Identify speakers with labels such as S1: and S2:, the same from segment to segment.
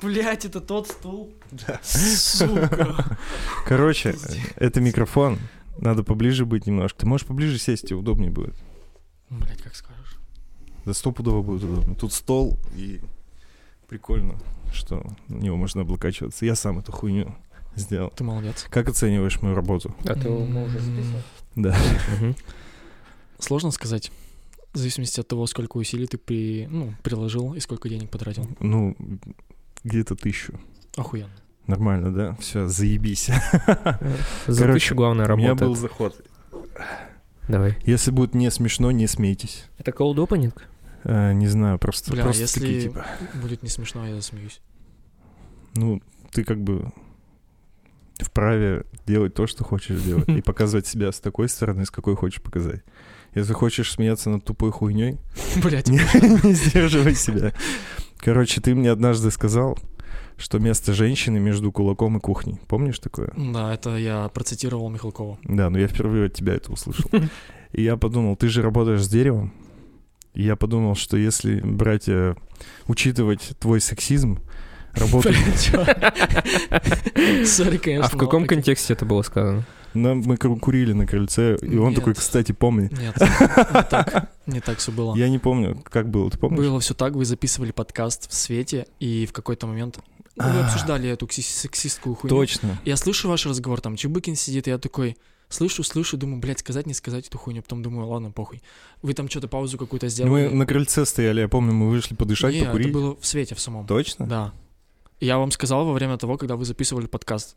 S1: Блять, это тот стул. Сука.
S2: Короче, это микрофон. Надо поближе быть немножко. Ты можешь поближе сесть, тебе удобнее будет.
S1: Блять, как скажешь.
S2: Да стопудово будет удобно. Тут стол и прикольно, что на него можно облокачиваться. Я сам эту хуйню сделал.
S3: Ты молодец.
S2: Как оцениваешь мою работу?
S4: А ты его мы уже
S1: М,
S4: записывал?
S2: Да.
S3: Мгм. Сложно сказать. В зависимости от того, сколько усилий ты при, ну, приложил и сколько денег потратил.
S2: Ну, где-то тысячу.
S3: Охуенно.
S2: Нормально, да? Все, заебись.
S4: За
S2: Короче,
S4: тысячу главное
S2: У меня был
S4: работает.
S2: заход.
S4: Давай.
S2: Если будет не смешно, не смейтесь.
S4: Это cold opening?
S2: Э, не знаю, просто,
S3: Бля,
S2: просто
S3: если-
S2: такие типа.
S3: Будет не смешно, я засмеюсь.
S2: Ну, ты как бы вправе делать то, что хочешь делать, и показывать себя с такой стороны, с какой хочешь показать. Если хочешь смеяться над тупой хуйней,
S3: Блять,
S2: не, не сдерживай себя. Короче, ты мне однажды сказал, что место женщины между кулаком и кухней. Помнишь такое?
S3: Да, это я процитировал Михалкова.
S2: Да, но я впервые от тебя это услышал. И я подумал, ты же работаешь с деревом. И я подумал, что если брать, э, учитывать твой сексизм, работу...
S3: Сори, конечно.
S4: А в каком
S3: но-
S4: контексте это было сказано?
S2: Нам, мы ку- курили на крыльце, и он
S3: Нет.
S2: такой, кстати, помни.
S3: Нет, не так. Не так все было.
S2: Я не помню, как было, ты помнишь?
S3: Было все так, вы записывали подкаст в свете, и в какой-то момент ну, вы
S2: А.
S3: обсуждали эту кси- сексистскую хуйню.
S2: Точно.
S3: Я слышу ваш разговор, там Чебыкин сидит, и я такой слышу, слышу, думаю, блядь, сказать, не сказать эту хуйню, потом думаю, ладно, похуй. Вы там что-то паузу какую-то сделали.
S2: Ну, Мы на крыльце стояли, я помню, мы вышли подышать,
S3: Не,
S2: покурить.
S3: это было в свете в самом.
S2: Точно?
S3: Да. Я вам сказал во время того, когда вы записывали подкаст,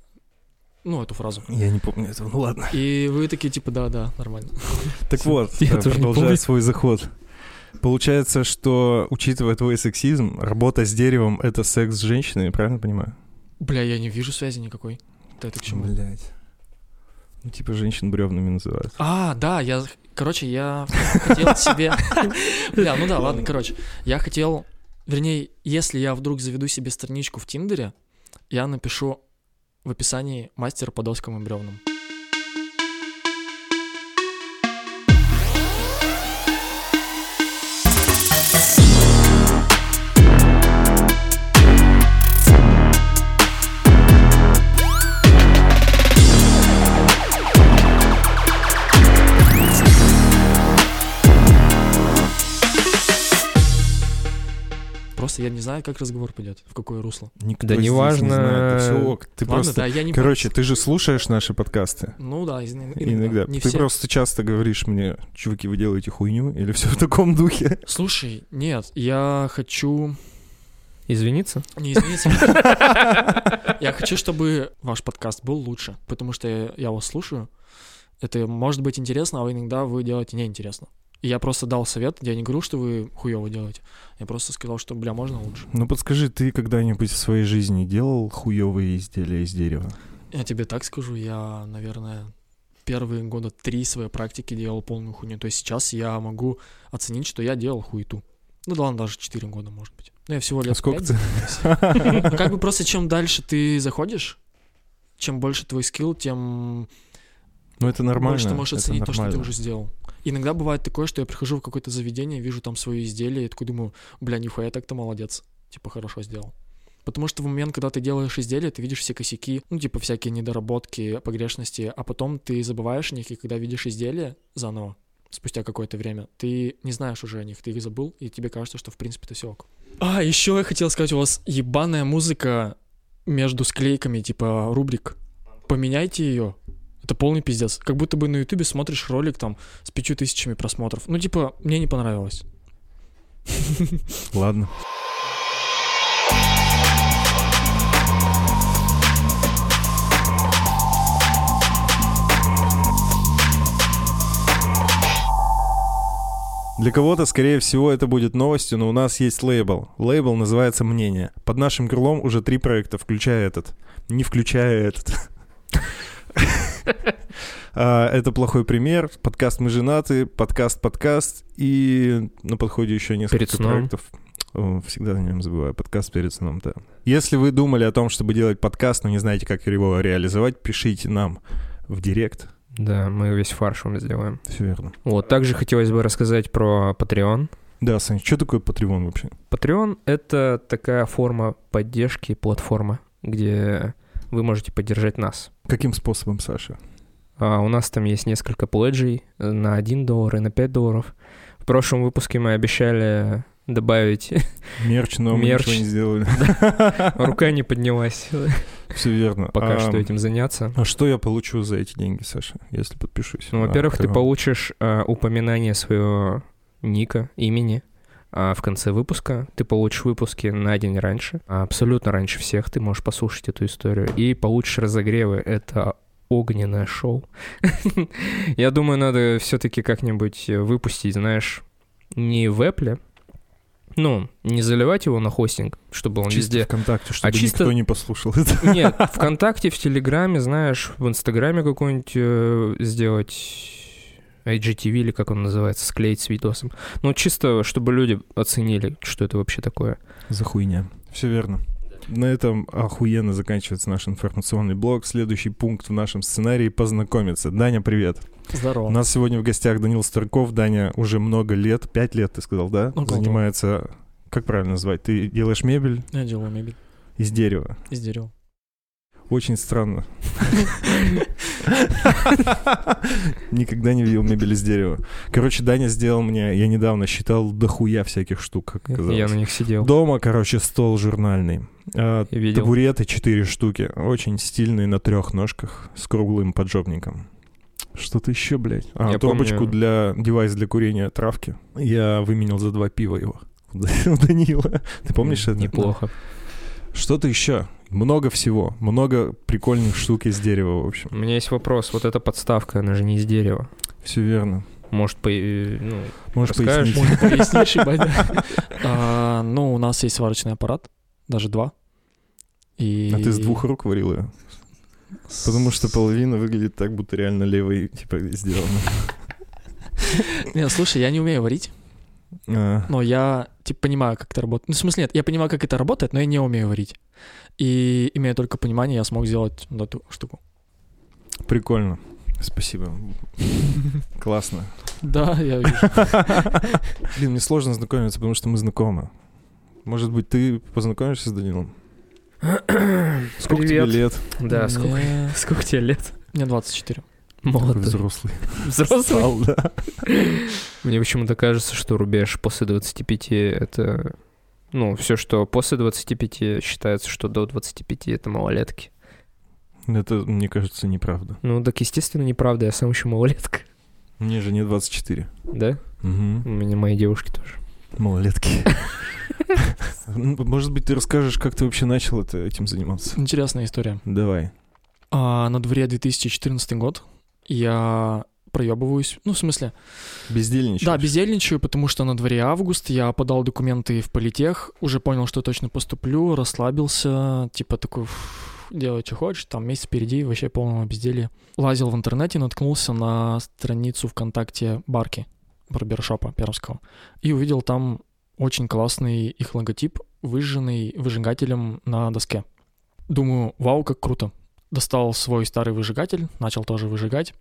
S3: ну, эту фразу.
S2: Я не помню этого, ну ладно.
S3: И вы такие, типа, да-да, нормально.
S2: Так вот,
S4: Я
S2: э,
S4: тоже не
S2: продолжая
S4: помню.
S2: свой заход. Получается, что, учитывая твой сексизм, работа с деревом — это секс с женщиной, я правильно понимаю?
S3: Бля, я не вижу связи никакой. Да это к чему?
S2: Блять. Ну, типа, женщин бревнами называют.
S3: А, да, я, короче, я хотел себе... Бля, ну да, ладно, короче. Я хотел, вернее, если я вдруг заведу себе страничку в Тиндере, я напишу в описании мастер по доскам и бревнам. Просто я не знаю, как разговор пойдет, в какое русло.
S2: Никто
S4: Да
S2: здесь
S4: неважно.
S2: знает, да всё ок. Ты
S3: Ладно,
S2: просто...
S3: да, я не...
S2: Короче, ты же слушаешь наши подкасты?
S3: Ну да, из- иногда.
S2: Иногда.
S3: Не
S2: Ты
S3: все.
S2: просто часто говоришь мне, чуваки, вы делаете хуйню, или все в таком духе.
S3: Слушай, нет, я хочу...
S4: Извиниться?
S3: Не извините. Я хочу, чтобы ваш подкаст был лучше, потому что я я вас слушаю. Это может быть интересно, а иногда вы делаете неинтересно. И я просто дал совет, я не говорю, что вы хуево делаете. Я просто сказал, что, бля, можно лучше.
S2: Ну подскажи, ты когда-нибудь в своей жизни делал хуевые изделия из дерева?
S3: Я тебе так скажу, я, наверное, первые года три своей практики делал полную хуйню. То есть сейчас я могу оценить, что я делал хуету. Ну да ладно, даже 4 года, может быть. Ну я всего лет
S2: А сколько
S3: пять
S2: ты?
S3: Ну, Как бы просто чем дальше ты заходишь, чем больше твой скилл, тем
S2: Ну это нормально.
S3: больше ты можешь
S2: это
S3: оценить то, что ты
S2: нормально.
S3: уже сделал. Иногда бывает такое, что я прихожу в какое-то заведение, вижу там свое изделие, и такой думаю, бля, нихуя, я так-то молодец. Типа, хорошо сделал. Потому что в момент, когда ты делаешь изделие, ты видишь все косяки, ну, типа, всякие недоработки, погрешности, а потом ты забываешь о них, и когда видишь изделие заново, спустя какое-то время, ты не знаешь уже о них, ты их забыл, и тебе кажется, что, в принципе, это все ок. А, еще я хотел сказать, у вас ебаная музыка между склейками, типа, рубрик. Поменяйте ее, это полный пиздец. Как будто бы на Ютубе смотришь ролик там с пятью тысячами просмотров. Ну, типа, мне не понравилось.
S2: Ладно. Для кого-то, скорее всего, это будет новостью, но у нас есть лейбл. Лейбл называется «Мнение». Под нашим крылом уже три проекта, включая этот. Не включая этот. А, Это плохой пример. Подкаст «Мы женаты», подкаст-подкаст и на подходе еще
S4: Перед
S2: несколько
S4: сном.
S2: проектов. О, Всегда о нем забываю. Подкаст перед сном, да. Если вы думали о том, чтобы делать подкаст, но не знаете, как его реализовать, пишите нам в директ.
S4: Да, мы весь фаршем сделаем.
S2: Все верно.
S4: Вот, также хотелось бы рассказать про Patreon.
S2: Да, Саня, что такое Patreon вообще?
S4: Patreon — это такая форма поддержки, платформа, где вы можете поддержать нас.
S2: Каким способом, Саша?
S4: А у нас там есть несколько пледжей э, на 1 доллар и на 5 долларов. В прошлом выпуске мы обещали добавить...
S2: Мерч, но мы
S4: Мерч.
S2: ничего не сделали.
S4: Рука не поднялась
S2: Все верно.
S4: пока
S2: А,
S4: что этим заняться.
S2: А что я получу за эти деньги, Саша, если подпишусь?
S4: Ну,
S2: на
S4: во-первых, ты
S2: Patreon?
S4: получишь э, упоминание своего ника, имени а, в конце выпуска. Ты получишь выпуски на день раньше, а, абсолютно раньше всех. Ты можешь послушать эту историю и получишь разогревы. Это огненное шоу. Я думаю, надо все-таки как-нибудь э, выпустить, знаешь, не в Apple, ну, не заливать его на хостинг, чтобы он
S2: Чисто
S4: везде А
S2: ВКонтакте, чтобы
S4: чисто-
S2: никто не послушал это.
S4: нет, ВКонтакте, в Телеграме, знаешь, в Инстаграме какой-нибудь э, сделать IGTV или как он называется, склеить с видосом. Ну, чисто, чтобы люди оценили, что это вообще такое.
S2: За хуйня. Все верно. На этом охуенно заканчивается наш информационный блок. Следующий пункт в нашем сценарии — познакомиться. Даня, привет. У
S3: Здорово.
S2: нас сегодня в гостях Данил Старков. Даня уже много лет, пять лет, ты сказал, да?
S3: Около того.
S2: Занимается... Как правильно назвать? Ты делаешь мебель
S3: Я делаю мебель
S2: из дерева.
S3: из дерева.
S2: Очень странно. Никогда не видел мебель из дерева. Короче, Даня сделал мне... Я недавно считал дохуя всяких штук, как
S4: Я
S2: оказалось.
S4: на них сидел
S2: Дома, короче, стол журнальный. А,
S4: и видел.
S2: Табуреты четыре штуки, очень стильные на трех ножках с круглым поджопником. Что-то еще, блядь. А,
S4: Я
S2: трубочку
S4: помню.
S2: для девайс для курения травки. Я выменил за два пива его. У Д- у Данила. Ты помнишь это?
S4: Неплохо.
S2: Что-то еще. Много всего. Много прикольных штук из дерева, в общем.
S4: У меня есть вопрос. Вот эта подставка, она же не из дерева.
S2: Все верно.
S4: Может, по... э, ну,
S2: Можешь
S4: Расскажешь?
S2: пояснить?
S3: Может, пояснишь, ебать? А, Ну, у нас есть сварочный аппарат, даже два. И...
S2: А ты с двух рук варил ее? Потому что половина выглядит так, будто реально левой, типа, сделана.
S3: Не, слушай, я не умею варить,
S2: А,
S3: но я, типа, понимаю, как это работает. Ну, в смысле, нет, я понимаю, как это работает, но я не умею варить. И имея только понимание, я смог сделать вот эту штуку.
S2: Прикольно. Спасибо. Классно.
S3: Да, я вижу.
S2: Блин, мне сложно знакомиться, потому что мы знакомы. Может быть, ты познакомишься с Данилом? Сколько
S4: Привет.
S2: тебе лет?
S4: Да, сколько...
S3: Мне-
S4: Сколько тебе лет?
S3: Мне 24.
S2: Такой
S4: Молодой.
S2: Взрослый.
S4: Взрослый.
S2: Стал, да.
S4: Мне почему-то кажется, что рубеж после 25 это... Ну, все, что после 25 считается, что до 25 это малолетки.
S2: Это, мне кажется, неправда.
S4: Ну, так, естественно, неправда, я сам еще малолетка.
S2: Мне же не 24.
S4: Да? У
S2: Угу.
S4: меня мои девушки тоже.
S2: Малолетки. Ну, Может быть, ты расскажешь, как ты вообще начал это, этим заниматься?
S3: Интересная история.
S2: Давай.
S3: А, на дворе 2014 год. Я проебываюсь. Ну, в смысле,
S2: Бездельничаешь?
S3: Да, бездельничаю, потому что на дворе август, я подал документы в политех, уже понял, что точно поступлю, расслабился, типа такой, «Фу, делай, что хочешь, там месяц впереди, вообще полного безделья. Лазил в интернете, наткнулся на страницу ВКонтакте Барки, барбершопа пермского, и увидел там очень классный их логотип, выжженный выжигателем на доске. Думаю, вау, как круто. Достал свой старый выжигатель, начал тоже выжигать.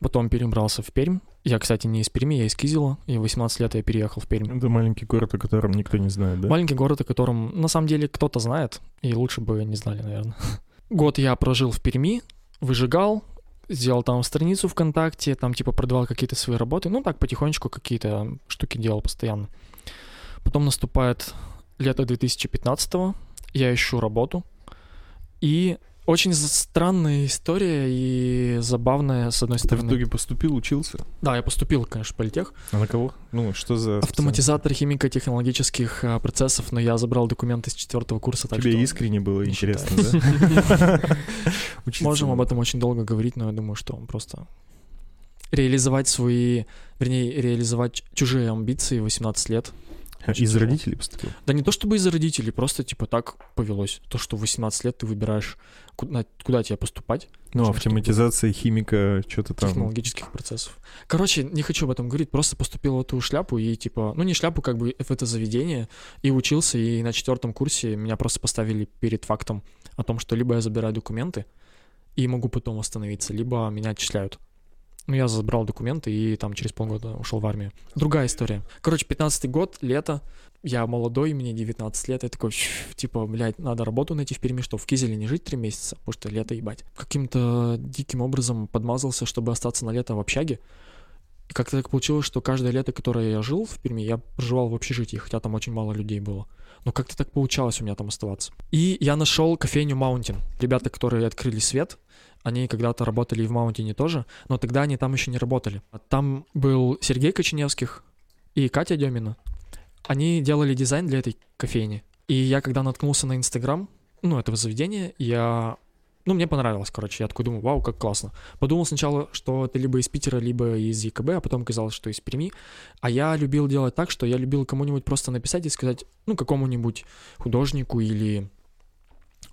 S3: Потом перебрался в Пермь. Я, кстати, не из Перми, я из Кизела. И в 18 лет я переехал в Пермь.
S2: Это маленький город, о котором никто не знает, да?
S3: Маленький город, о котором на самом деле кто-то знает, и лучше бы не знали, наверное. Год я прожил в Перми, выжигал, сделал там страницу ВКонтакте, там типа продавал какие-то свои работы, ну так потихонечку какие-то штуки делал постоянно. Потом наступает лето 2015 я ищу работу, и очень за- странная история и забавная, с одной
S2: Ты в
S3: стороны.
S2: итоге поступил, учился?
S3: Да, я поступил, конечно, в политех,
S2: А на кого? Ну, что за...
S3: автоматизатор химико-технологических э, процессов, но я забрал документы с четвертого курса, так
S2: Тебе
S3: что
S2: искренне было
S3: не
S2: интересно, да? Учиться
S3: можем об
S2: надо.
S3: этом очень долго говорить, но я думаю, что просто реализовать свои, вернее, реализовать ч- чужие амбиции в 18 лет. Очень
S2: Из
S3: тяжело.
S2: родителей поступил?
S3: Да не то чтобы из-за родителей, просто типа так повелось. То, что в 18 лет ты выбираешь, куда, куда тебе поступать,
S2: Ну,
S3: Что
S2: автоматизация, химика, что-то там.
S3: типа, технологических процессов. Короче, не хочу об этом говорить, просто поступил в эту шляпу и типа, ну не шляпу, как бы в это заведение, и учился, и на четвертом курсе меня просто поставили перед фактом о том, что либо я забираю документы и могу потом восстановиться, либо меня отчисляют. Ну, я забрал документы и там через полгода ушел в армию. Другая история. Короче, 15-й год, лето. Я молодой, мне 19 лет. Я такой, «Щ, типа, блядь, надо работу найти в Перми, что в Кизеле не жить 3 месяца, потому что лето ебать. Каким-то диким образом подмазался, чтобы остаться на лето в общаге. И как-то так получилось, что каждое лето, которое я жил в Перми, я проживал в общежитии, хотя там очень мало людей было. Но как-то так получалось у меня там оставаться. И я нашел кофейню Маунтин. Ребята, которые открыли свет, они когда-то работали и в Маунтине тоже, но тогда они там еще не работали. А Там был Сергей Коченевских и Катя Демина. Они делали дизайн для этой кофейни. И я когда наткнулся на Инстаграм, ну, этого заведения, я... Ну, мне понравилось, короче. Я такой думаю, вау, как классно. Подумал сначала, что это либо из Питера, либо из ЕКБ, а потом оказалось, что из Перми. А я любил делать так, что я любил кому-нибудь просто написать и сказать, ну, какому-нибудь художнику или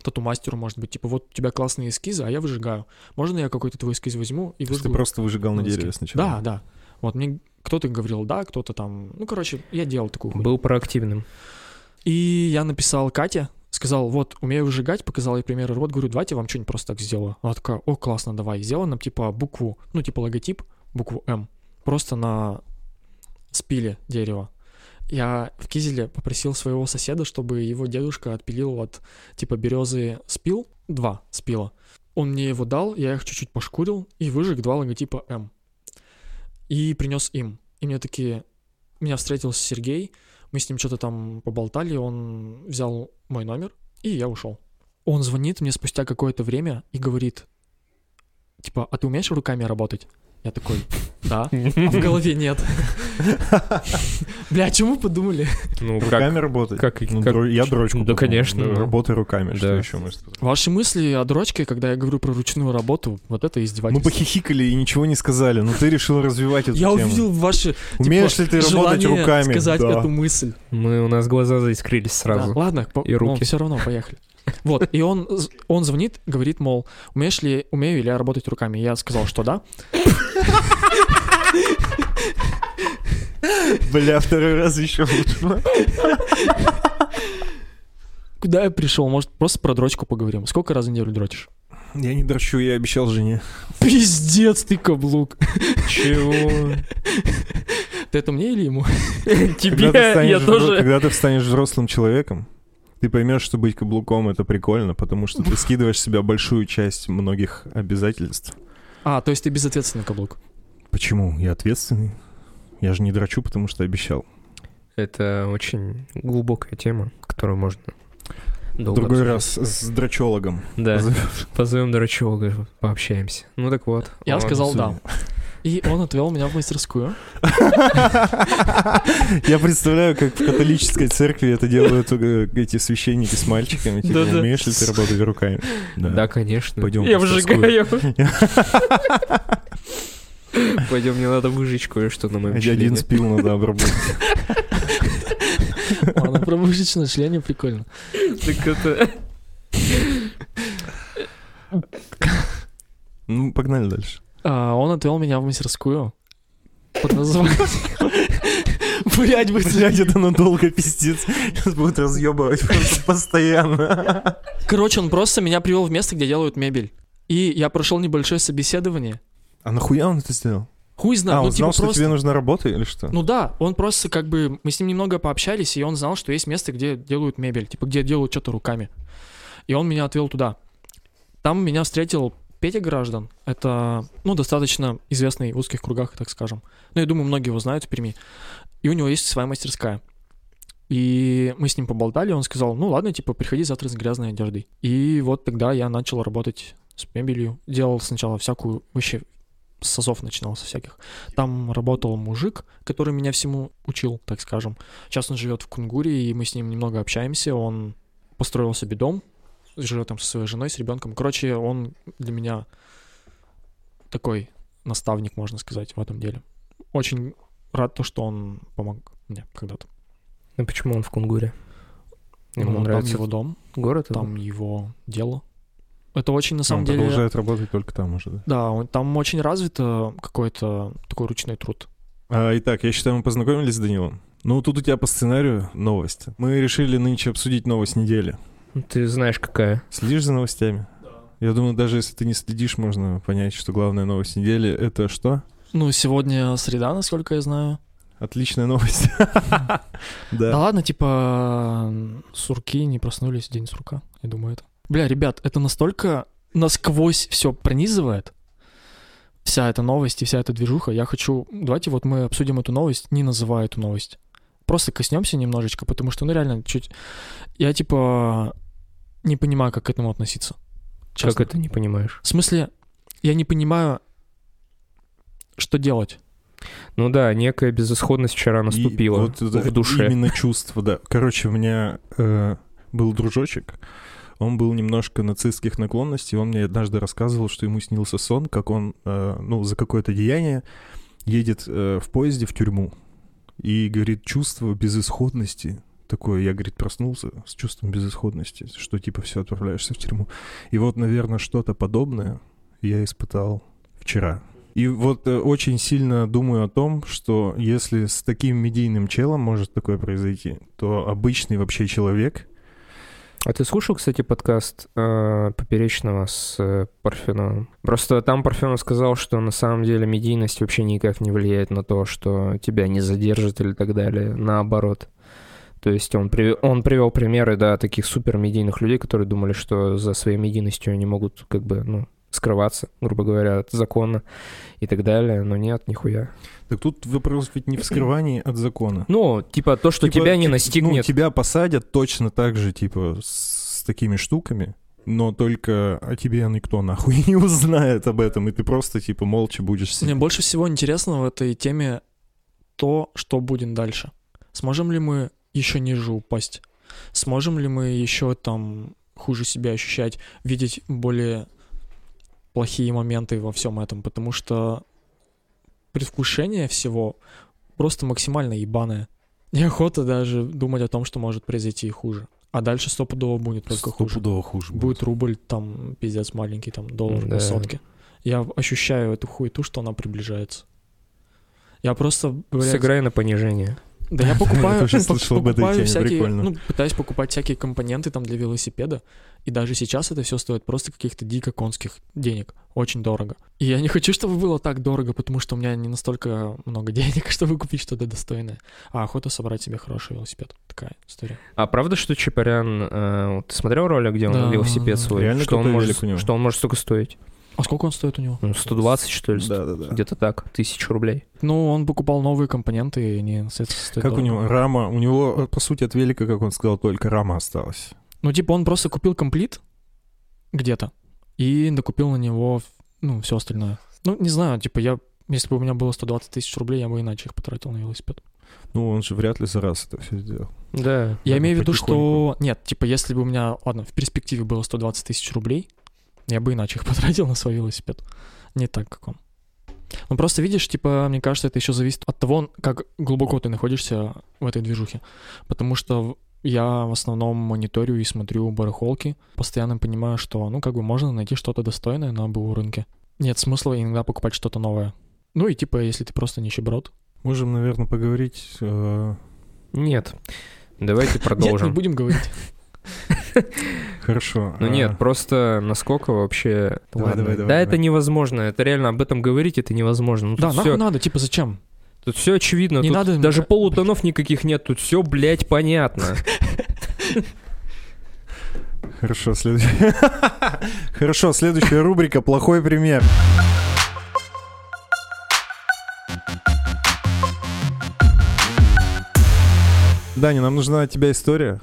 S3: тату-мастеру, может быть, типа, вот у тебя классные эскизы, а я выжигаю. Можно я какой-то твой эскиз возьму и
S2: То есть
S3: выжгу?
S2: ты просто выжигал на
S3: Ну,
S2: дереве
S3: скид-
S2: сначала?
S3: Да, да. Вот мне кто-то говорил да, кто-то там... Ну, короче, я делал такую хуйню.
S4: Был проактивным.
S3: И я написал Кате, сказал, вот, умею выжигать, показал ей примеры работ, говорю, давайте я вам что-нибудь просто так сделаю. Она такая, о, классно, давай. Сделай нам, типа, букву, ну, типа, логотип, букву М, просто на спиле дерева. Я в Кизеле попросил своего соседа, чтобы его дедушка отпилил от, типа, березы спил, два спила. Он мне его дал, я их чуть-чуть пошкурил и выжег два логотипа М. И принес им. И мне такие... Меня встретил Сергей, мы с ним что-то там поболтали, он взял мой номер, и я ушел. Он звонит мне спустя какое-то время и говорит, типа, а ты умеешь руками работать? Я такой, да. А в голове нет. Бля, о чем мы подумали?
S4: Ну, как...
S2: Руками работать?
S4: как-
S2: Ну,
S4: как-
S2: дро- Я дрочку.
S4: Да,
S2: подумал.
S4: конечно,
S2: Ну,
S4: да.
S2: Работай руками, что
S4: Да.
S2: еще может быть?
S3: Ваши мысли о дрочке, когда я говорю про ручную работу, вот это
S2: Мы
S3: издевательство.
S2: похихикали и ничего не сказали, но ты решил развивать эту
S3: Я
S2: тему.
S3: увидел ваши
S2: Умеешь ли ты работать
S3: желание
S2: руками?
S3: сказать
S2: Да.
S3: эту мысль.
S4: Мы, у нас глаза заискрились сразу.
S3: Да, ладно,
S4: И руки.
S3: все равно поехали. Вот, и он, з- он звонит, говорит, мол, умеешь ли, умею ли я работать руками? Я сказал, что да.
S2: Бля, второй раз еще лучше.
S3: Куда я пришел? Может, просто про дрочку поговорим? Сколько раз в неделю дрочишь?
S2: Я не дрочу, я обещал жене.
S3: Пиздец ты, каблук.
S4: Чего?
S3: Ты это мне или ему?
S4: Тебе
S2: ты станешь
S4: я
S2: взро-
S4: тоже...
S2: Когда ты станешь взрослым человеком, ты поймешь, что быть каблуком это прикольно, потому что ты скидываешь с себя большую часть многих обязательств.
S3: А, то есть ты безответственный каблук.
S2: Почему? Я ответственный. Я же не дрочу, потому что обещал.
S4: Это очень глубокая тема, которую можно долго
S2: Другой
S4: обсуждать.
S2: раз с дрочологом.
S4: Да, позовем дурачок, пообщаемся. Ну так вот.
S3: Я
S4: он-
S3: сказал да. И он отвел меня в мастерскую.
S2: Я представляю, как в католической церкви это делают э, эти священники с мальчиками. Типа,
S4: Да-да.
S2: умеешь ли ты работать руками?
S4: Да, конечно.
S2: Пойдем в
S4: Я
S2: мастерскую.
S4: выжигаю. Пойдем, мне надо выжечь кое-что на моем
S2: Я один
S4: члене.
S2: спил надо обработать.
S3: Она А, ну, про мышечное члене прикольно.
S4: Так это...
S2: Ну, погнали дальше.
S3: А, он отвел меня в мастерскую. Под названием... Блять, вы...
S2: Блять, это надолго пиздец. Сейчас будут разъебывать просто постоянно.
S3: Короче, он просто меня привел в место, где делают мебель. И я прошел небольшое собеседование.
S2: А нахуя он это сделал?
S3: Хуй знает,
S2: а,
S3: ну
S2: он знал,
S3: типа
S2: что
S3: просто...
S2: тебе нужна работа или что?
S3: Ну да, он просто как бы... Мы с ним немного пообщались, и он знал, что есть место, где делают мебель, типа где делают что-то руками. И он меня отвел туда. Там меня встретил Петя Граждан. Это, ну, достаточно известный в узких кругах, так скажем. Ну, я думаю, многие его знают в Перми. И у него есть своя мастерская. И мы с ним поболтали, он сказал, ну ладно, типа, приходи завтра с грязной одеждой. И вот тогда я начал работать с мебелью. Делал сначала всякую, вообще с азов начинал со всяких. Там работал мужик, который меня всему учил, так скажем. Сейчас он живет в Кунгуре, и мы с ним немного общаемся. Он построил себе дом, живет там со своей женой, с ребенком. Короче, он для меня такой наставник, можно сказать, в этом деле. Очень рад то, что он помог мне когда-то.
S4: Ну почему он в Кунгуре? Ему
S3: Ну,
S4: нравится
S3: Там его дом,
S4: город? этот?
S3: там его дело. Это очень,
S4: Ну,
S3: на самом
S2: он
S3: деле...
S2: продолжает работать только там уже, да?
S3: Да, он- там очень развито какой-то такой ручной труд.
S2: А, итак, я считаю, мы познакомились с Данилом. Ну, тут у тебя по сценарию новость. Мы решили нынче обсудить новость недели.
S4: Ну, Ты знаешь, какая.
S2: Следишь за новостями? Я думаю, даже если ты не следишь, можно понять, что главная новость недели — это что?
S3: Ну, сегодня среда, насколько я знаю.
S2: Отличная новость.
S3: Да,
S2: Да.
S3: ладно, типа м, сурки не проснулись, день сурка, я думаю это. Бля, ребят, это настолько насквозь все пронизывает, вся эта новость и вся эта движуха. Я хочу, давайте вот мы обсудим эту новость, не называя эту новость. Просто коснемся немножечко, потому что, ну реально, чуть... Я типа не понимаю, как к этому относиться.
S4: Как
S3: Честно.
S4: это не понимаешь?
S3: В смысле, я не понимаю, что делать.
S4: Ну да, некая безысходность вчера наступила
S2: И вот это
S4: в душе.
S2: Именно чувство, да. Короче, у меня э, был дружочек, он был немножко нацистских наклонностей, он мне однажды рассказывал, что ему снился сон, как он, э, ну, за какое-то деяние едет э, в поезде в тюрьму и, говорит, чувство безысходности такое, я, говорит, проснулся с чувством безысходности, что типа все отправляешься в тюрьму. И вот, наверное, что-то подобное я испытал вчера. И вот э, очень сильно думаю о том, что если с таким медийным челом может такое произойти, то обычный вообще человек...
S4: А ты слушал, кстати, подкаст э, Поперечного с э, Парфеноном? Просто там Парфенов сказал, что на самом деле медийность вообще никак не влияет на то, что тебя не задержат или так далее. Наоборот. То есть он, прив- он привел примеры, да, таких супер медийных людей, которые думали, что за своей медийностью они могут как бы, ну, скрываться, грубо говоря, от закона и так далее, но нет, нихуя.
S2: Так тут вопрос ведь не в скрывании от закона.
S4: Ну, типа то, что
S2: Типа,
S4: тебя не
S2: тип- Ну,
S4: настигнет.
S2: тебя посадят точно так же, типа, с, с такими штуками, но только о тебе никто нахуй не узнает об этом, и ты просто, типа, молча будешь
S3: Мне
S2: сидеть.
S3: больше всего интересно в этой теме то, что будет дальше. Сможем ли мы еще ниже упасть? Сможем ли мы еще там хуже себя ощущать, видеть более плохие моменты во всем этом? Потому что предвкушение всего просто максимально ебаное. Неохота даже думать о том, что может произойти и хуже. А дальше стопудово будет только хуже.
S1: Стопудово хуже
S3: Будет рубль там, пиздец, маленький, там, доллар
S4: Да.
S3: на сотки. Я ощущаю эту хуету, что она приближается. Я просто, блядь,
S4: Сыграй на понижение.
S3: да я
S2: Я
S3: покупаю,
S2: тоже
S3: пок-
S2: слышал об этой
S3: покупаю
S2: теме,
S3: всякие,
S2: прикольно.
S3: ну, пытаюсь покупать всякие компоненты там для велосипеда, и даже сейчас это все стоит просто каких-то дико конских денег, очень дорого. И я не хочу, чтобы было так дорого, потому что у меня не настолько много денег, чтобы купить что-то достойное, а охота собрать себе хороший велосипед. Такая история.
S4: А правда, что Чапарян... э, вот ты смотрел ролик, где он
S3: Да,
S4: велосипед
S3: да, да.
S4: свой?
S2: Реально
S4: что он
S2: крутой
S4: может,
S2: велик у него.
S4: Что он может столько стоить?
S3: А сколько он стоит у него?
S4: Ну, 120, что ли?
S2: Да-да-да.
S4: Где-то так, тысяч рублей.
S3: Ну, он покупал новые компоненты, и они, соответственно, стоят
S2: Как у
S3: дорого.
S2: него рама? У него, э, по сути, от велика, как он сказал, только рама осталась.
S3: Ну, типа, он просто купил комплит где-то и докупил на него, ну, все остальное. Ну, не знаю, типа, я, если бы у меня было 120 тысяч рублей, я бы иначе их потратил на велосипед.
S2: Ну, он же вряд ли за раз это все сделал.
S4: Да.
S3: Я
S2: Надо
S3: имею в виду,
S2: потихоньку.
S3: что... Нет, типа, если бы у меня, ладно, в перспективе было 120 тысяч рублей, я бы иначе их потратил на свой велосипед. Не так, как он. Ну, просто видишь, типа, мне кажется, это еще зависит от того, как глубоко ты находишься в этой движухе. Потому что в- я в основном мониторю и смотрю барахолки, постоянно понимаю, что, ну, как бы можно найти что-то достойное на БУ рынке. Нет смысла иногда покупать что-то новое. Ну и типа, если ты просто нищеброд.
S2: Можем, наверное, поговорить. э,
S4: Нет. Давайте
S3: Нет, не
S4: продолжим.
S3: будем говорить.
S2: Хорошо.
S4: Ну
S2: а,
S4: нет, просто насколько вообще...
S2: Давай, давай,
S4: Ладно.
S2: давай,
S4: да,
S2: давай.
S4: это невозможно, это реально об этом говорить, это невозможно. Ну, тут,
S3: Да,
S4: все,
S3: нахуй надо, типа, зачем?
S4: тут все очевидно,
S3: Не
S4: тут
S3: надо им-
S4: даже полутонов никаких нет, тут все, блядь, понятно.
S2: Хорошо, следующая. Хорошо, следующая рубрика «Плохой пример». Даня, нам нужна от тебя история.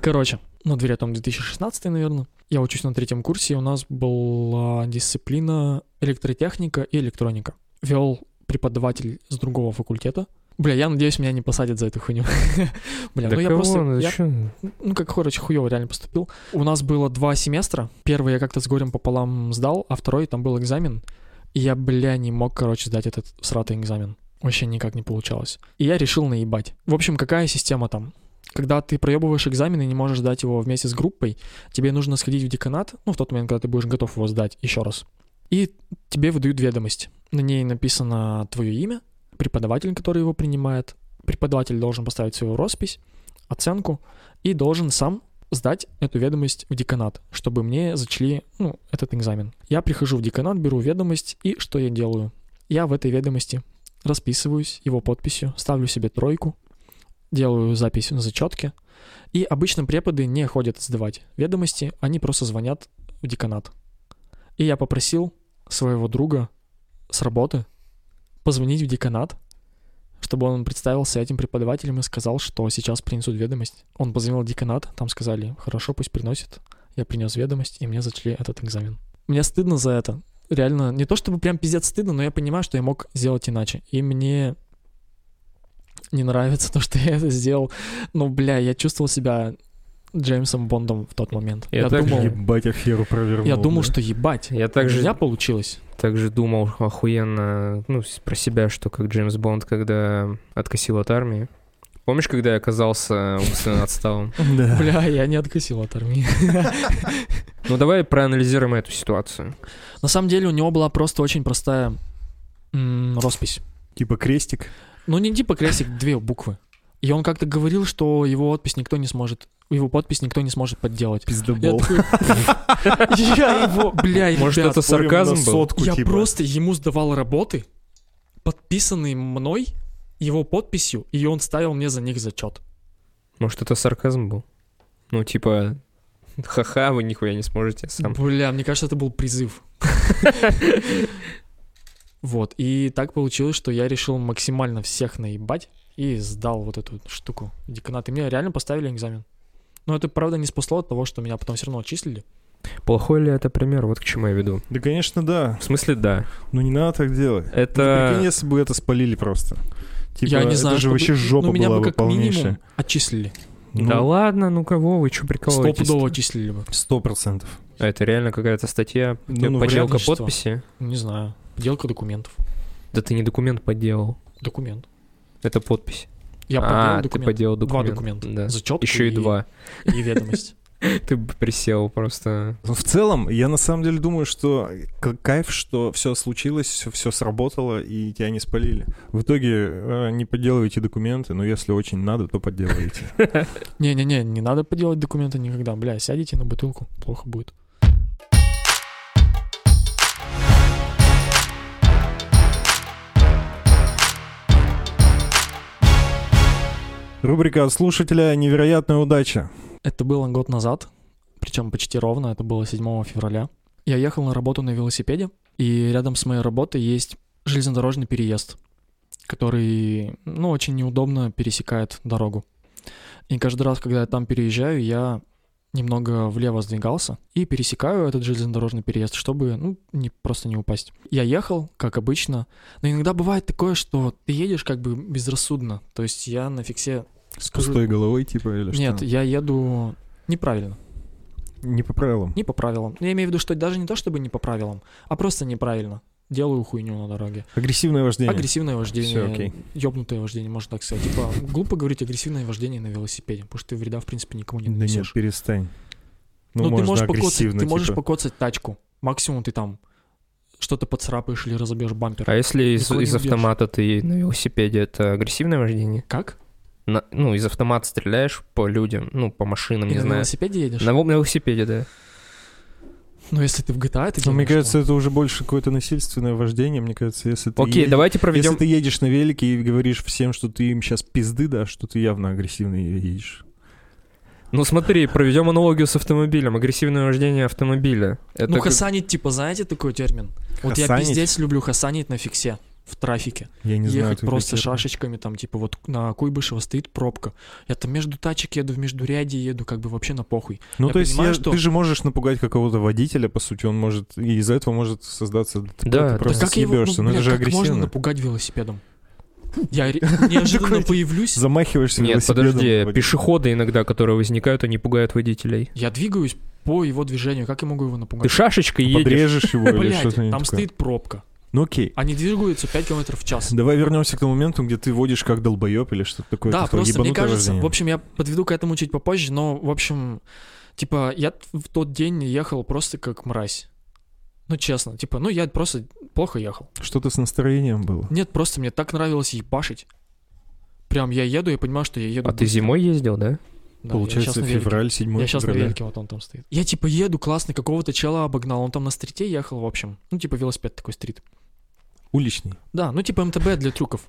S3: Короче, на дворе там 2016, наверное. Я учусь на третьем курсе, и у нас была дисциплина электротехника и электроника. Вел преподаватель с другого факультета. Бля, я надеюсь, меня не посадят за эту хуйню. Бля, ну я
S4: а
S3: просто... я- ну, как короче, хуёво реально поступил. У нас было два семестра. Первый я как-то с горем пополам сдал, а второй там был экзамен. И я, бля, не мог, короче, сдать этот сратый экзамен. Вообще никак не получалось. И я решил наебать. В общем, какая система там? Когда ты проебываешь экзамен и не можешь сдать его вместе с группой, тебе нужно сходить в деканат, ну, в тот момент, когда ты будешь готов его сдать еще раз. И тебе выдают ведомость. На ней написано твое имя, преподаватель, который его принимает. Преподаватель должен поставить свою роспись, оценку, и должен сам сдать эту ведомость в деканат, чтобы мне зачли, ну, этот экзамен. Я прихожу в деканат, беру ведомость, и что я делаю? Я в этой ведомости расписываюсь его подписью, ставлю себе тройку, делаю запись на зачетке, и обычно преподы не ходят сдавать ведомости, они просто звонят в деканат. И я попросил своего друга с работы позвонить в деканат, чтобы он представился этим преподавателем и сказал, что сейчас принесут ведомость. Он позвонил в деканат, там сказали, хорошо, пусть приносит. Я принес ведомость, и мне зачли этот экзамен. Мне стыдно за это. Реально, не то чтобы прям пиздец стыдно, но я понимаю, что я мог сделать иначе. И мне не нравится то, что я это сделал. Ну, бля, я чувствовал себя Джеймсом Бондом в тот момент.
S4: Я
S3: Я,
S4: так же
S3: думал,
S2: Ебать, аферу провернул.
S3: я думал,
S2: да?
S3: что ебать.
S4: Я также
S3: У меня получилось.
S4: также думал охуенно, ну, с- про себя, что как Джеймс Бонд, когда откосил от армии. Помнишь, когда я оказался умственно отсталым?
S2: Да.
S3: Бля, я не откосил от армии.
S4: Ну, давай проанализируем эту ситуацию.
S3: На самом деле у него была просто очень простая м, роспись.
S2: Типа крестик.
S3: Ну, не типа крестик, две буквы. И он как-то говорил, что его подпись никто не сможет, его подпись никто не сможет подделать. Я
S2: Пиздобол.
S3: такой, я его, бля,
S4: Может,
S3: ребят,
S4: это сарказм
S2: Спорим на
S4: был?
S2: сотку,
S3: я
S2: типа.
S3: просто ему сдавал работы, подписанные мной, его подписью, и он ставил мне за них зачет.
S4: Может, это сарказм был? Ну, типа, ха-ха, вы нихуя не сможете сам.
S3: Бля, мне кажется, это был призыв. Вот, и так получилось, что я решил максимально всех наебать и сдал вот эту штуку в деканат. И мне реально поставили экзамен. Но это, правда, не спасло от того, что меня потом все равно отчислили.
S4: Плохой ли это пример? Вот к чему я веду.
S2: Да, конечно, да.
S4: В смысле, да.
S2: Ну не надо так делать. Ну,
S4: Это...
S2: прикинь, если бы это спалили просто. Типа,
S3: я не знаю,
S2: это же
S3: что бы-
S2: вообще жопа
S3: ну, меня
S2: была
S3: бы
S2: бы
S3: как минимум
S2: полнейшая.
S3: отчислили.
S2: Ну,
S4: Да ладно, ну кого вы, чё прикалываетесь?
S3: Стопудово отчислили бы.
S2: Сто процентов.
S4: Это реально какая-то статья, Типа,
S2: Ну, ну,
S4: подделка
S3: вредничество.
S4: подписи.
S3: Не знаю. Делка документов.
S4: Да ты не документ подделал,
S3: Документ.
S4: это подпись.
S3: Я
S4: а,
S3: подделал
S4: ты
S3: документ.
S4: подделал
S3: Два
S4: документ.
S3: документа.
S4: Да.
S3: Зачетку
S4: Еще и два.
S3: И ведомость.
S4: Ты б присел просто.
S2: Ну, В целом, я на самом деле думаю, что к- кайф, что все случилось, все, сработало, и тебя не спалили. В итоге э, не подделывайте документы, но если очень надо, то подделывайте.
S3: Не-не-не, не надо поделать документы никогда. Бля, сядете на бутылку, плохо будет.
S2: Рубрика от слушателя «Невероятная удача».
S3: Это было год назад, причем почти ровно, это было 7 февраля. Я ехал на работу на велосипеде, и рядом с моей работой есть железнодорожный переезд, который, ну, очень неудобно пересекает дорогу. И каждый раз, когда я там переезжаю, я немного влево сдвигался и пересекаю этот железнодорожный переезд, чтобы, ну, не, просто не упасть. Я ехал, как обычно, но иногда бывает такое, что ты едешь как бы безрассудно, то есть я на фиксе...
S2: С
S3: скажу-
S2: пустой головой, типа, или что?
S3: Нет, я еду неправильно.
S2: Не по правилам.
S3: Не по правилам. Я имею в виду, что даже не то, чтобы не по правилам, а просто неправильно. Делаю хуйню на дороге.
S2: Агрессивное вождение.
S3: Агрессивное
S2: Всё,
S3: вождение,
S2: окей.
S3: ёбнутое вождение, можно так сказать. Типа, глупо говорить агрессивное вождение на велосипеде, потому что ты вреда, в принципе, никому не
S2: Да нет,
S3: нанесешь.
S2: перестань.
S3: Ну,
S2: Ну, можно
S3: ты можешь покоцать,
S2: агрессивно,
S3: ты можешь
S2: типа.
S3: покоцать тачку. Максимум ты там что-то подцарапаешь или разобьешь бампер.
S4: А если из,
S3: Никого не
S4: из
S3: убьёшь.
S4: автомата ты на велосипеде, это агрессивное вождение?
S3: Как?
S4: На- ну, из автомата стреляешь по людям, ну, по машинам,
S3: И
S4: не
S3: на
S4: знаю.
S3: велосипеде едешь?
S4: На, на велосипеде, да.
S3: Ну, если ты в GTA, это
S2: Ну, мне
S3: делаешь,
S2: кажется, это уже больше какое-то насильственное вождение, мне кажется, если ты...
S4: Окей,
S2: едешь-
S4: давайте проведем...
S2: Если ты едешь на велике и говоришь всем, что ты им сейчас пизды дашь, что ты явно агрессивно едешь.
S4: Ну смотри, проведем аналогию с автомобилем. Агрессивное вождение автомобиля. Это
S3: ну,
S4: как-
S3: хасанить, типа, знаете такой термин? Вот я
S2: Хасанить?
S3: пиздец люблю хасанить на фиксе, в трафике.
S2: Я не знаю.
S3: ехать
S2: такой
S3: просто
S2: термин.
S3: шашечками, там, типа, вот на Куйбышево стоит пробка. Я там между тачек еду, в междуряде еду, как бы вообще на похуй.
S2: Ну,
S3: Я
S2: то есть
S3: понимаю,
S2: я-
S3: что-
S2: ты же можешь напугать какого-то водителя, по сути, он может... И из-за этого может создаться... ДТП,
S4: Да,
S2: ты
S4: да
S2: просто
S3: да как я его, ну,
S2: съебешься, но это
S3: блядь,
S2: же
S3: как можно
S2: агрессивно.
S3: напугать велосипедом? Я ре- неожиданно появлюсь,
S2: Замахиваешься
S4: Нет,
S2: велосипедом.
S4: подожди,
S2: вроде.
S4: пешеходы иногда, которые возникают, они пугают водителей.
S3: я двигаюсь по его движению, как я могу его напугать?
S4: Ты шашечкой
S2: Ну,
S4: едешь.
S2: Подрежешь его или
S3: Блядь,
S2: что-то.
S3: там
S2: не такое.
S3: стоит пробка.
S2: Ну, окей.
S3: Они двигаются 5 километров в час.
S2: Давай вернемся к тому моменту, где ты водишь как долбоеб или что-то такое.
S3: Да,
S2: это твое
S3: просто мне
S2: ебанутое
S3: кажется,
S2: вождение.
S3: в общем, я подведу к этому чуть попозже, но, в общем, типа, я т- в тот день ехал просто как мразь. Ну, честно, типа, ну, я просто плохо ехал.
S2: Что-то с настроением было.
S3: Нет, просто мне так нравилось ебашить. Прям я еду, я понимаю, что я еду.
S4: А ты
S3: быстро.
S4: зимой ездил, да?
S3: Да, я щас
S2: Получается,
S3: на велике.
S2: февраль, 7
S3: Я сейчас на
S2: февраля.
S3: велике, вот он там стоит. Я типа еду, классно, какого-то чела обогнал. Он там на стрите ехал, в общем. Ну, типа велосипед такой стрит.
S2: Уличный.
S3: Да, ну типа МТБ для трюков.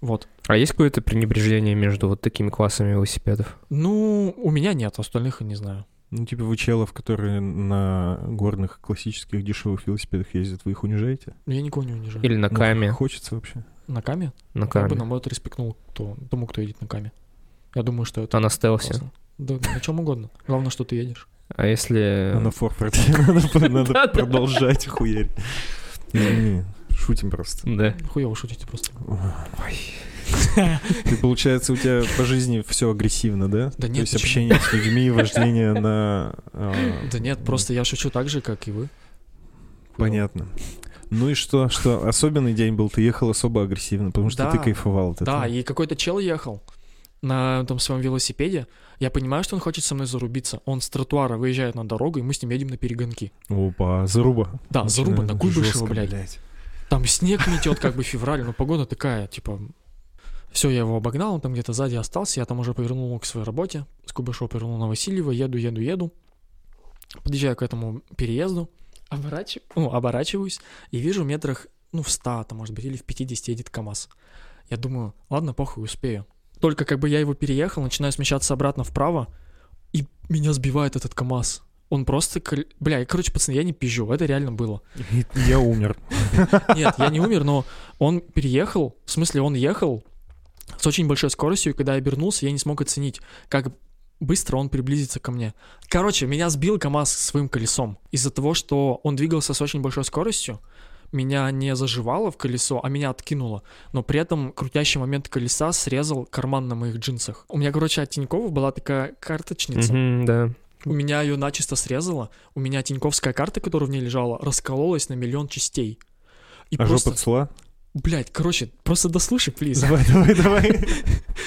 S3: Вот.
S4: А есть какое-то пренебрежение между вот такими классами велосипедов?
S3: Ну, у меня нет, остальных я не знаю.
S2: Ну, типа вы челов, которые на горных классических дешевых велосипедах ездят, вы их унижаете?
S3: Ну, я никого не унижаю.
S4: Или на
S2: Ну,
S4: каме?
S2: Хочется вообще.
S3: На каме?
S4: На
S3: Я бы,
S4: каме.
S3: наоборот, респектнул кто, тому, кто едет на каме. Я думаю, что это
S4: А на стелсе?
S3: классно. Да, на чем угодно. Главное, что ты едешь.
S4: А если...
S2: А на форфорде надо- надо продолжать хуярь. Извини, Шутим просто.
S4: Да.
S3: Хуево шутите просто.
S2: Ты, получается, у тебя по жизни все агрессивно, да?
S3: Да нет,
S2: То есть
S3: почему?
S2: общение с людьми, вождение на... э,
S3: Да нет, просто я шучу так же, как и вы.
S2: Понятно. Ну и что, что особенный день был, ты ехал особо агрессивно, потому что
S3: Да.
S2: ты кайфовал от этого.
S3: Да, и какой-то чел ехал на там своем велосипеде. Я понимаю, что он хочет со мной зарубиться. Он с тротуара выезжает на дорогу, и мы с ним едем на перегонки.
S2: Опа, заруба.
S3: Да, заруба
S2: Начинает
S3: на Куйбышева,
S2: жестко,
S3: блядь. Там снег метет, как бы февраль, но погода такая, типа... Все, я его обогнал, он там где-то сзади остался, я там уже повернул к своей работе, с Кубышева повернул на Васильева, еду, еду, еду, подъезжаю к этому переезду, оборачив... ну, оборачиваюсь и вижу в метрах, ну, в 100, там, может быть, или в 50 едет КАМАЗ. Я думаю, ладно, похуй, успею. Только как бы я его переехал, начинаю смещаться обратно вправо, и меня сбивает этот КАМАЗ. Он просто... кол- Бля, и, короче, пацаны, я не пизжу, это реально было.
S2: И Я умер.
S3: Нет, я не умер, но он переехал, в смысле, он ехал с очень большой скоростью, и когда я обернулся, я не смог оценить, как быстро он приблизится ко мне. Короче, меня сбил КамАЗ своим колесом. Из-за того, что он двигался с очень большой скоростью, меня не заживало в колесо, а меня откинуло. Но при этом крутящий момент колеса срезал карман на моих джинсах. У меня, короче, от Тинькова была такая карточница.
S4: Мгм, да.
S3: У меня ее начисто срезало. У меня тиньковская карта, которая в ней лежала, раскололась на миллион частей. И
S2: А
S3: просто...
S2: жопа цела?
S3: Блять, короче, просто дослушай, плиз.
S2: Давай, давай, давай.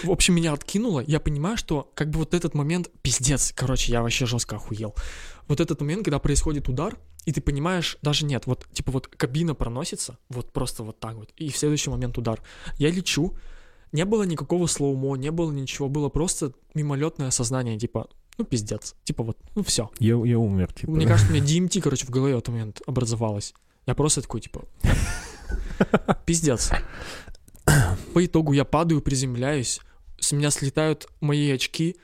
S3: В общем, меня откинуло. Я понимаю, что как бы вот этот момент пиздец. Короче, я вообще жестко охуел. Вот этот момент, когда происходит удар, и ты понимаешь, даже нет, вот типа вот кабина проносится, вот просто вот так вот, и в следующий момент удар. Я лечу, не было никакого слоумо, не было ничего, было просто мимолетное сознание, типа, ну пиздец, типа вот, ну все.
S2: Я, я умер, типа.
S3: Мне
S2: да.
S3: кажется, у меня DMT, короче, в голове в этот момент образовалась. Я просто такой, типа, пиздец. По итогу я падаю, приземляюсь, с меня слетают мои очки,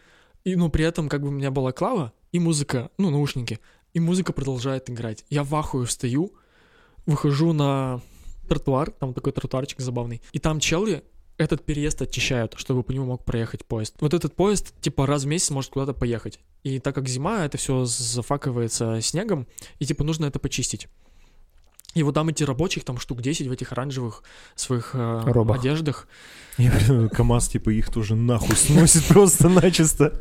S3: и, ну, при этом как бы у меня была клава и музыка, ну, наушники, и музыка продолжает играть. Я в ахуе встаю, выхожу на тротуар, там такой тротуарчик забавный, и там челы этот переезд очищают, чтобы по нему мог проехать поезд. Вот этот поезд, типа, раз в месяц может куда-то поехать. И так как зима, это все зафакивается снегом, и, типа, нужно это почистить. И вот там эти рабочих, там штук 10 в этих оранжевых своих э,
S4: Робах.
S3: одеждах,
S2: Я понимаю, КамАЗ, типа, их тоже нахуй сносит просто начисто.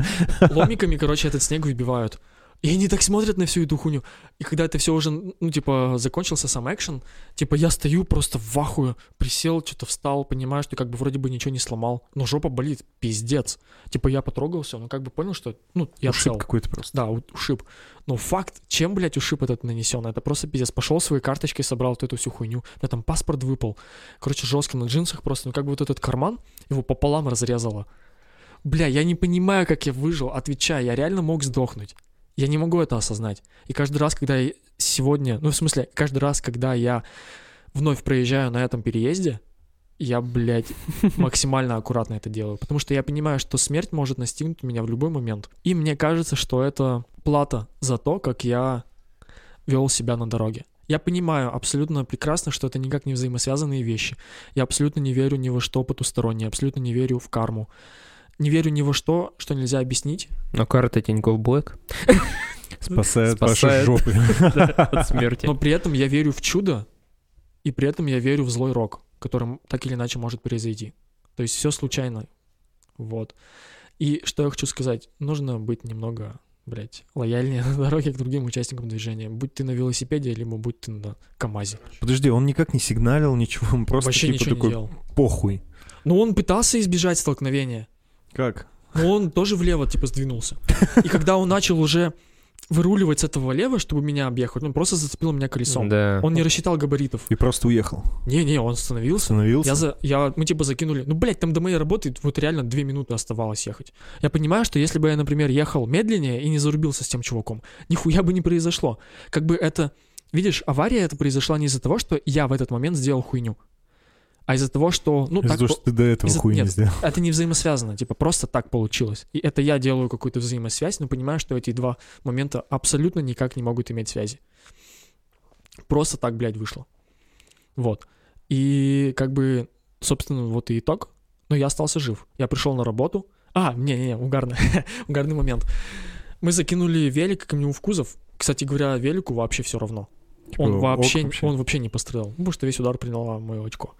S3: ломиками, короче, этот снег выбивают. И они так смотрят на всю эту хуйню. И когда это все уже, ну, типа, закончился сам экшен, типа, я стою просто в ахуе, присел, что-то встал, понимаю, что как бы вроде бы ничего не сломал, но жопа болит, пиздец. Типа, я потрогался, но как бы понял, что, ну, я
S2: Ушиб
S3: цел.
S2: какой-то просто.
S3: Да, у- ушиб. Но факт, чем, блядь, ушиб этот нанесен? Это просто пиздец. Пошел своей карточкой, собрал вот эту всю хуйню. Да там паспорт выпал. Короче, жестко на джинсах просто. Ну как бы вот этот карман его пополам разрезало. Бля, я не понимаю, как я выжил. Отвечаю, я реально мог сдохнуть. Я не могу это осознать. И каждый раз, когда я сегодня... Ну, в смысле, каждый раз, когда я вновь проезжаю на этом переезде, я, блядь, максимально аккуратно это делаю, потому что я понимаю, что смерть может настигнуть меня в любой момент. И мне кажется, что это плата за то, как я вел себя на дороге. Я понимаю абсолютно прекрасно, что это никак не взаимосвязанные вещи. Я абсолютно не верю ни во что потустороннее, абсолютно не верю в карму. Не верю ни во что, что нельзя объяснить.
S4: Но карта Тинькофф Блэк
S2: Спасает ваши
S4: Спасает.
S2: жопы.
S4: от смерти. Ну,
S3: Но при этом я верю в чудо, и при этом я верю в злой рок, которым так или иначе может произойти. То есть все случайно. Вот. И что я хочу сказать, нужно быть немного, блядь, лояльнее на дороге к другим участникам движения. Будь ты на велосипеде, либо будь ты на КАМАЗе.
S2: Подожди, он никак не сигналил, ничего, он просто
S3: Вообще
S2: типа
S3: ничего
S2: такой,
S3: не делал.
S2: похуй.
S3: Но он пытался избежать столкновения.
S2: Как?
S3: Но он тоже влево, типа, сдвинулся. И когда он начал уже выруливать с этого лева, чтобы меня объехать. Он просто зацепил меня колесом.
S4: Да.
S3: Он не рассчитал габаритов.
S2: И просто уехал.
S3: Не-не, он остановился.
S2: Остановился.
S3: Я за, я, мы типа закинули, ну, блядь, там до моей работы вот реально две минуты оставалось ехать. Я понимаю, что если бы я, например, ехал медленнее и не зарубился с тем чуваком, нихуя бы не произошло. Как бы это, видишь, авария это произошла не из-за того, что я в этот момент сделал хуйню, а из-за того, что, ну,
S2: Из-за
S3: так
S2: того,
S3: по-
S2: что ты до этого
S3: из-за-
S2: хуйню
S3: нет.
S2: сделал.
S3: это не взаимосвязано, типа просто так получилось. И это я делаю какую-то взаимосвязь, но понимаю, что эти два момента абсолютно никак не могут иметь связи. Просто так, блядь, вышло. Вот. И как бы, собственно, вот и итог. Но я остался жив. Я пришел на работу. А, не-не-не, угарный, угарный момент. Мы закинули велик к нему в кузов. Кстати говоря, велику вообще все равно.
S2: Типа,
S3: Он
S2: ок
S3: вообще,
S2: вообще.
S3: он вообще не пострелял, потому что весь удар приняло мое очко.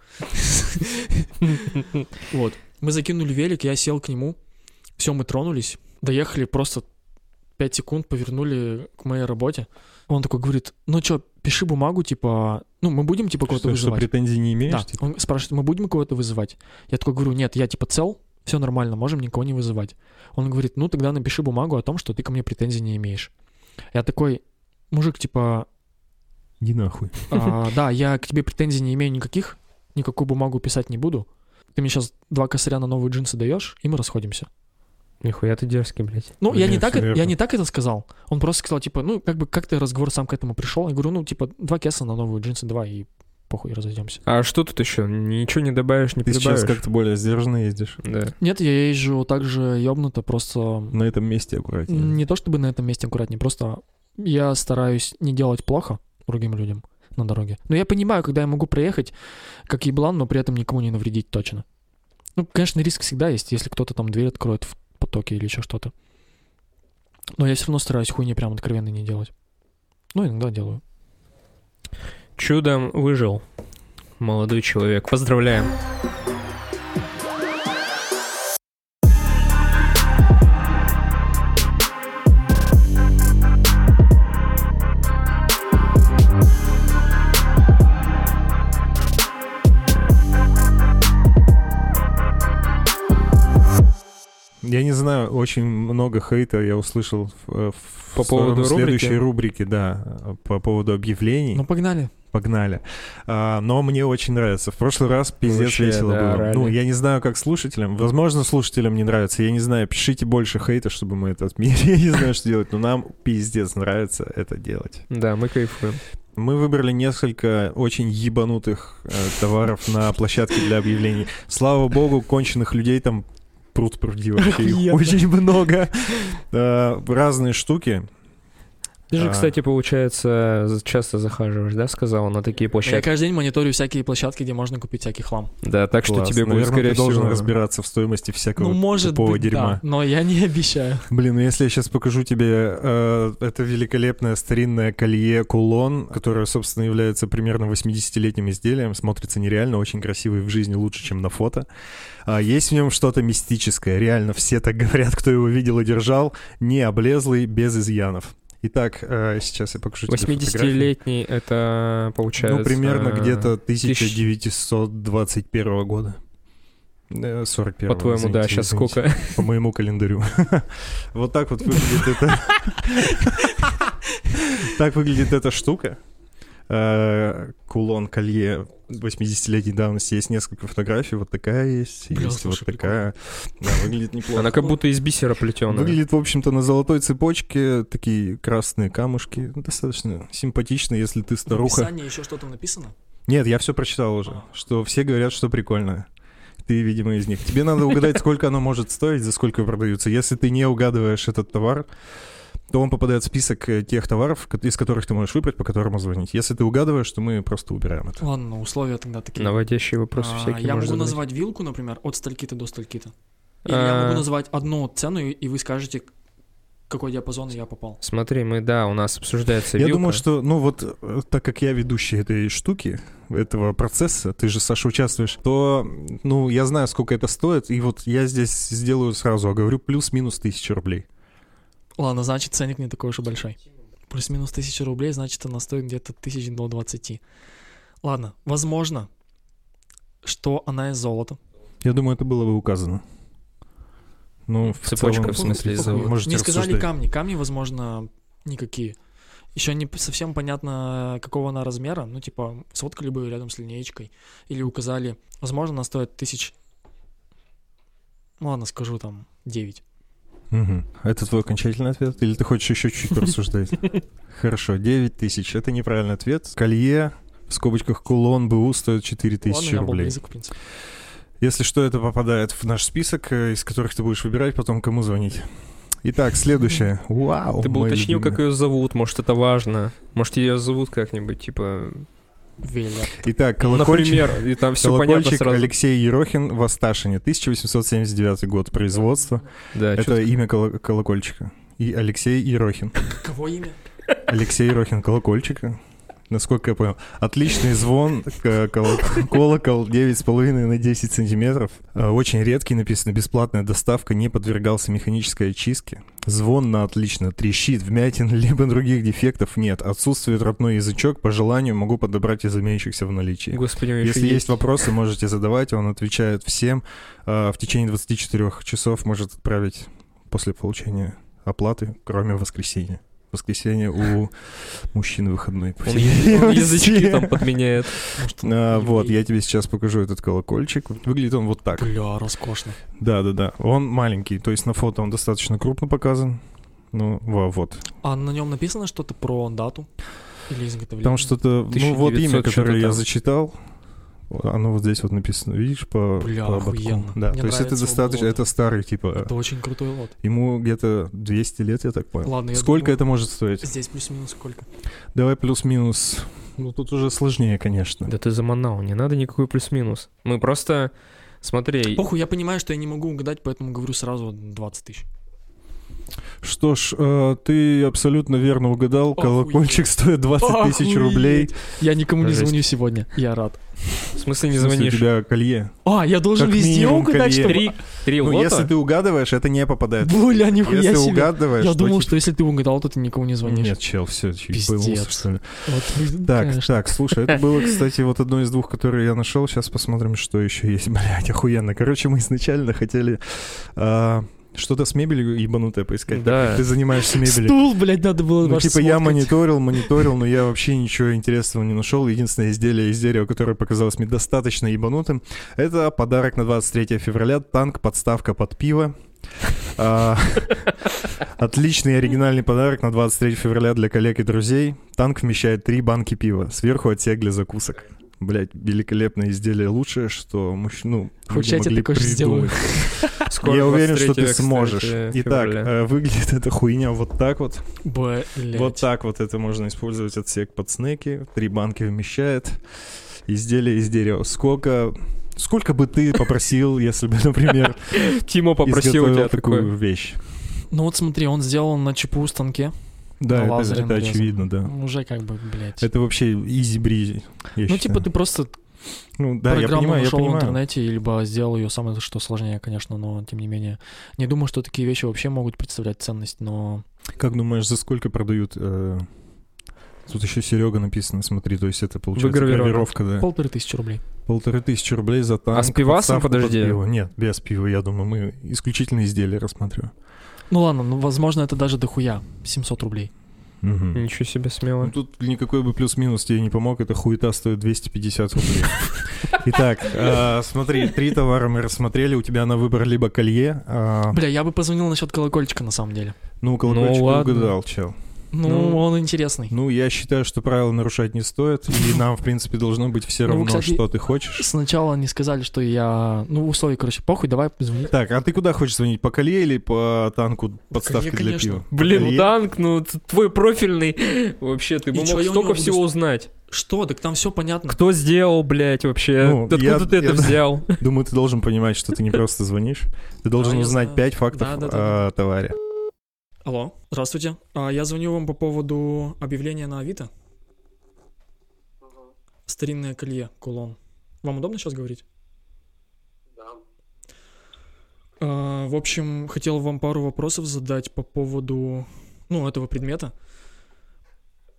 S3: Вот. Мы закинули велик, я сел к нему. Все, мы тронулись. Доехали просто 5 секунд, повернули к моей работе. Он такой говорит, ну чё, пиши бумагу, типа... Ну, мы будем, типа, кого-то
S2: Что, что
S3: вызывать.
S2: претензий не имеешь?
S3: Да,
S2: типа?
S3: он спрашивает, мы будем кого-то вызывать? Я такой говорю, нет, я, типа, цел, все нормально, можем никого не вызывать. Он говорит, ну, тогда напиши бумагу о том, что ты ко мне претензий не имеешь. Я такой, мужик, типа,
S2: Иди нахуй.
S3: а, да, я к тебе претензий не имею никаких, никакую бумагу писать не буду. Ты мне сейчас два косаря на новые джинсы даешь, и мы расходимся.
S4: Нихуя ты дерзкий, блядь.
S3: Ну, я не,
S2: Нет,
S3: так,
S2: всё
S3: э- я
S2: верно.
S3: не так это сказал. Он просто сказал, типа, ну, как бы, как ты разговор сам к этому пришел? Я говорю, ну, типа, два кеса на новые джинсы, два, и похуй, разойдемся.
S4: А что тут еще? Ничего не добавишь, не
S2: Ты сейчас
S4: прибавишь.
S2: как-то более сдержанно ездишь.
S4: Да.
S3: Нет, я езжу так же ёбнуто, просто...
S2: На этом месте аккуратнее.
S3: Не то чтобы на этом месте аккуратнее, просто я стараюсь не делать плохо другим людям на дороге. Но я понимаю, когда я могу проехать как еблан, но при этом никому не навредить точно. Ну, конечно, риск всегда есть, если кто-то там дверь откроет в потоке или еще что-то. Но я все равно стараюсь хуйни прям откровенно не делать. Ну, иногда делаю.
S4: Чудом выжил. Молодой человек. Поздравляем.
S2: Я не знаю, очень много хейта я услышал в, э, в
S4: По
S2: сторону
S4: поводу рубрики?
S2: следующей рубрики, да, э, по поводу объявлений.
S3: Ну, погнали.
S2: Погнали. А, но мне очень нравится. В прошлый раз пиздец
S4: Вообще,
S2: весело
S4: да,
S2: было.
S4: орали.
S2: Ну, я не знаю, как слушателям. Возможно, слушателям не нравится. Я не знаю, пишите больше хейта, чтобы мы это отменили. Я не знаю, что делать. Но нам пиздец нравится это делать.
S4: Да, мы кайфуем.
S2: Мы выбрали несколько очень ебанутых э, товаров на площадке для объявлений. Слава богу, конченых людей там пруд пруди вообще. Их
S3: Охуенно.
S2: очень много. Э, Разные штуки.
S4: Ты же,
S2: А.
S4: кстати, получается, за- часто захаживаешь, да, сказал, на такие
S3: Я
S4: площадки.
S3: каждый день мониторю всякие площадки, где можно купить всякий хлам.
S4: Да, так что
S2: Класс.
S4: тебе будет,
S2: Наверное,
S4: скорее
S2: ты должен
S4: всего,
S2: разбираться в стоимости всякого
S3: ну, может
S2: тупого
S3: быть,
S2: дерьма.
S3: да, но я не обещаю.
S2: Блин, ну если я сейчас покажу тебе э, это великолепное старинное колье кулон, которое, собственно, является примерно 80-летним изделием, смотрится нереально, очень красиво и в жизни лучше, чем на фото. А есть в нем что-то мистическое, реально все так говорят, кто его видел и держал, не облезлый, без изъянов. Итак, э, сейчас я покажу тебе фотографии.
S4: 80-летний, это получается... э,
S2: Ну, примерно где-то
S4: тысяч-
S2: 1921 года. Э, 41
S4: По-твоему, да, сейчас сколько?
S2: по моему календарю. Вот так вот выглядит это. Так выглядит эта штука. Э, Кулон, колье 80-летней давности. Есть несколько фотографий. Вот такая есть.
S3: Бля,
S2: Есть вот
S3: слушай,
S2: такая. Да, выглядит
S4: Она
S2: неплохо.
S4: как будто из бисера плетеная.
S2: Выглядит, в общем-то, на золотой цепочке такие красные камушки. Достаточно симпатично, если ты
S3: В
S2: старуха.
S3: описании еще что-то написано?
S2: Нет, я все прочитал уже, что все говорят, что прикольно. Ты, видимо, из них. Тебе надо угадать, сколько оно может стоить, за сколько продаются. Если ты не угадываешь этот товар, то он попадает в список э, тех товаров, ко- из которых ты можешь выбрать, по которому звонить. Если ты угадываешь, то мы просто убираем это.
S3: Ладно, условия тогда такие.
S4: Наводящие вопросы
S3: А,
S4: всякие
S3: я могу
S4: можно задать.
S3: назвать вилку, например, от стальки-то до стальки-то. Или я
S4: А.
S3: могу назвать одну цену, и- и вы скажете, к- какой диапазон я попал.
S4: Смотри, мы, да, у нас обсуждается
S2: Я
S4: вилка.
S2: думаю, что, ну вот, э, так как я ведущий этой штуки, этого процесса, ты же, Саша, участвуешь, то, ну, я знаю, сколько это стоит, и вот я здесь сделаю сразу, а говорю плюс-минус тысяча рублей.
S3: Ладно, значит, ценник не такой уж и большой. Плюс-минус тысяча рублей, значит, она стоит где-то тысяч до 20. Ладно, возможно, что она из золота.
S2: Я думаю, это было бы указано. Ну, в
S4: Цепочка,
S2: целом,
S4: в смысле,
S2: ну,
S4: из золота.
S2: Можете
S3: Мне сказали
S2: рассуждать.
S3: камни. Камни, возможно, Никакие. Еще не п- совсем понятно, какого она размера. Ну, типа, сфоткали бы рядом с линеечкой. Или указали. Возможно, она стоит тысяч... Ну, ладно, скажу там 9.
S2: Мгм. Это твой окончательный ответ? Или ты хочешь еще чуть-чуть порассуждать? Хорошо, 9 тысяч. Это неправильный ответ. Колье в скобочках кулон БУ стоит 4
S3: ладно,
S2: тысячи
S3: я был
S2: рублей.
S3: близок, в принципе.
S2: Если что, это попадает в наш список, э, из которых ты будешь выбирать, потом кому звонить. Итак, следующее. Вау.
S4: Ты бы
S2: мои
S4: уточнил, как
S2: любимые.
S4: ее зовут, может, это важно. Может, ее зовут как-нибудь, типа...
S3: Веля.
S2: Итак, колокольчик.
S4: Например, и там все понятно
S2: Колокольчик
S4: сразу.
S2: Алексей Ерохин в Асташине, 1879 год производства.
S4: Да,
S2: Это
S4: А чё-
S2: имя коло- колокольчика. И Алексей Ерохин.
S3: Кого имя?
S2: Алексей Ерохин колокольчика. Насколько я понял. Отличный звон, к- коло- колокол 9,5 на 10 сантиметров. Э, Очень редкий, написано, бесплатная доставка, не подвергался механической очистке. Звон на отлично, трещит, вмятин, либо других дефектов нет. Отсутствует родной язычок, по желанию могу подобрать из имеющихся в наличии.
S4: Господи, у неё
S2: Если
S4: ещё
S2: есть вопросы, можете задавать, он отвечает всем. А, В течение 24 часов может отправить после получения оплаты, кроме воскресенья. Воскресенье у мужчин выходной. по
S4: Он
S2: всей
S4: Он
S2: видимости.
S4: язычки там подменяет.
S3: Может,
S2: А,
S3: еврей?
S2: Вот, я тебе сейчас покажу этот колокольчик. Выглядит он вот так.
S3: Бля, роскошно.
S2: Да-да-да. Он маленький, то есть на фото он достаточно крупно показан. Ну, во- вот.
S3: А на нем написано что-то про дату? Или изготовление?
S2: Там что-то... Ну, вот
S4: 1900
S2: имя,
S4: что-то
S2: которое я
S4: там.
S2: зачитал. Оно вот здесь вот написано, видишь, по,
S3: Бля,
S2: по ободку.
S3: охуенно.
S2: Да,
S3: Мне
S2: то есть это
S3: нравится
S2: достаточно,
S3: обложка.
S2: это старый, типа,
S3: Это очень крутой лот.
S2: Ему где-то 200 лет, я так понял.
S3: Ладно, я
S2: Сколько
S3: думаю,
S2: это может стоить?
S3: Здесь плюс-минус сколько?
S2: Давай плюс-минус. Ну, тут уже сложнее, конечно.
S4: Да ты заманал, не надо никакой плюс-минус. Мы просто... Смотри,
S3: Похуй, я понимаю, что я не могу угадать, поэтому говорю сразу 20 тысяч.
S2: Что ж, э, ты абсолютно верно угадал.
S3: Охуеть.
S2: Колокольчик стоит 20 тысяч
S3: Охуеть.
S2: рублей.
S3: Я никому не
S4: Жесть.
S3: звоню сегодня. Я рад.
S4: в смысле не
S2: В смысле, У
S4: звонишь?
S2: тебя колье.
S3: А, я должен
S2: Как
S3: везде
S2: минимум
S3: угадать,
S2: колье.
S3: что...
S4: Три, три
S2: Ну,
S4: лота?
S2: если ты угадываешь, это не попадает.
S3: Бля, нихуя
S2: Если
S3: себе.
S2: угадываешь...
S3: Я
S2: то
S3: думал,
S2: тебе-
S3: что если ты угадал, то ты никому не звонишь.
S2: Нет, чел, все,
S3: Пиздец. Вот, ну,
S2: Так,
S3: конечно.
S2: так, слушай, это было, кстати, вот одно из двух, которые я нашел. Сейчас посмотрим, что еще есть. Блять, охуенно. Короче, мы изначально хотели а, что-то с мебелью ебанутое поискать.
S4: Да.
S2: Ты занимаешься мебелью.
S3: Стул, блядь, надо было
S2: Ну,
S3: ваш
S2: типа я
S3: сфоткать.
S2: мониторил, мониторил, но я вообще ничего интересного не нашел. Единственное изделие из дерева, которое показалось мне достаточно ебанутым, это подарок на 23 февраля. Танк, подставка под пиво. А, Отличный и оригинальный подарок на 23 февраля для коллег и друзей. Танк вмещает три банки пива. Сверху отсек для закусок. Блять, великолепное изделие. Лучшее, что ну, мужчину
S3: Хоть я тебе такое же сделаю.
S4: Скоро
S2: Я уверен, что ты
S4: 23, кстати,
S2: сможешь. Итак,
S4: февраля.
S2: э, выглядит эта хуйня вот так вот.
S3: Блядь.
S2: Вот так вот это можно использовать отсек под снеки. Три банки вмещает. Изделие из дерева. Сколько... Сколько бы ты попросил, если бы, например,
S4: Тимо попросил у
S2: изготовил
S4: тебя такое.
S2: такую вещь?
S3: Ну вот смотри, он сделал на ЧПУ станке.
S2: Да, это-
S3: лазером
S2: это
S3: резал.
S2: очевидно, да.
S3: Уже как бы, блядь.
S2: Ну. Это вообще изи-бризи, я
S3: Ну,
S2: считаю.
S3: типа, ты просто
S2: Ну, да, я
S3: программу
S2: понимаю, я
S3: нашел в
S2: понимаю.
S3: интернете, либо сделал ее сам, это что сложнее, конечно, но тем не менее. Не думаю, что такие вещи вообще могут представлять ценность, но
S2: Как думаешь, за сколько продают... э, Тут еще Серега написано, смотри, то есть это получается
S4: Выгравировано. А
S2: гравировка, да.
S3: полторы тысячи рублей.
S2: Полторы тысячи рублей за танк.
S4: с пивасом,
S2: подставку под
S4: подожди?
S2: пиво. Нет, без пива, я думаю, мы исключительно изделия рассматриваем.
S3: Ну ладно, ну возможно, это даже дохуя. 700 рублей.
S2: Мгм.
S4: Ничего себе
S2: Ну,
S4: смело.
S2: тут никакой бы плюс-минус тебе не помог, это хуета стоит 250 рублей. Итак, э, смотри, три товара мы рассмотрели, у тебя на выбор либо колье, а,
S3: Бля, я бы позвонил насчет колокольчика на самом деле.
S2: ну, колокольчик
S4: Ну,
S2: ты
S4: ладно.
S2: угадал, чел.
S3: Ну,
S4: Ну,
S3: он интересный.
S2: Ну, я считаю, что правила нарушать не стоит, и нам, в принципе, должно быть все
S3: Ну,
S2: равно,
S3: кстати-
S2: что ты хочешь.
S3: Сначала они сказали, что я... Ну, условия, короче, похуй, давай позвони.
S2: Так, а ты куда хочешь звонить, по колье или по танку подставки для
S3: конечно.
S2: пива?
S4: Блин,
S2: Колье?
S4: ну танк, ну т- твой профильный. Вообще, ты
S3: И
S4: бы
S3: чё,
S4: мог
S3: я у
S4: столько
S3: него
S4: всего
S3: буду-
S4: узнать.
S3: Что? Так там все понятно.
S4: Кто сделал, блядь, вообще?
S2: Ну,
S4: Откуда
S2: я-
S4: ты
S2: я-
S4: это взял?
S2: Думаю, ты должен понимать, что ты не просто звонишь, ты должен
S3: Ну, я
S2: узнать
S3: знаю.
S2: пять фактов а,
S3: Да, да, да,
S2: о товаре.
S3: Алло, здравствуйте. А, я звоню вам по поводу объявления на Авито. Старинное колье, кулон. Вам удобно сейчас говорить? Да. А, в общем, хотел вам пару вопросов задать по поводу, ну, этого предмета.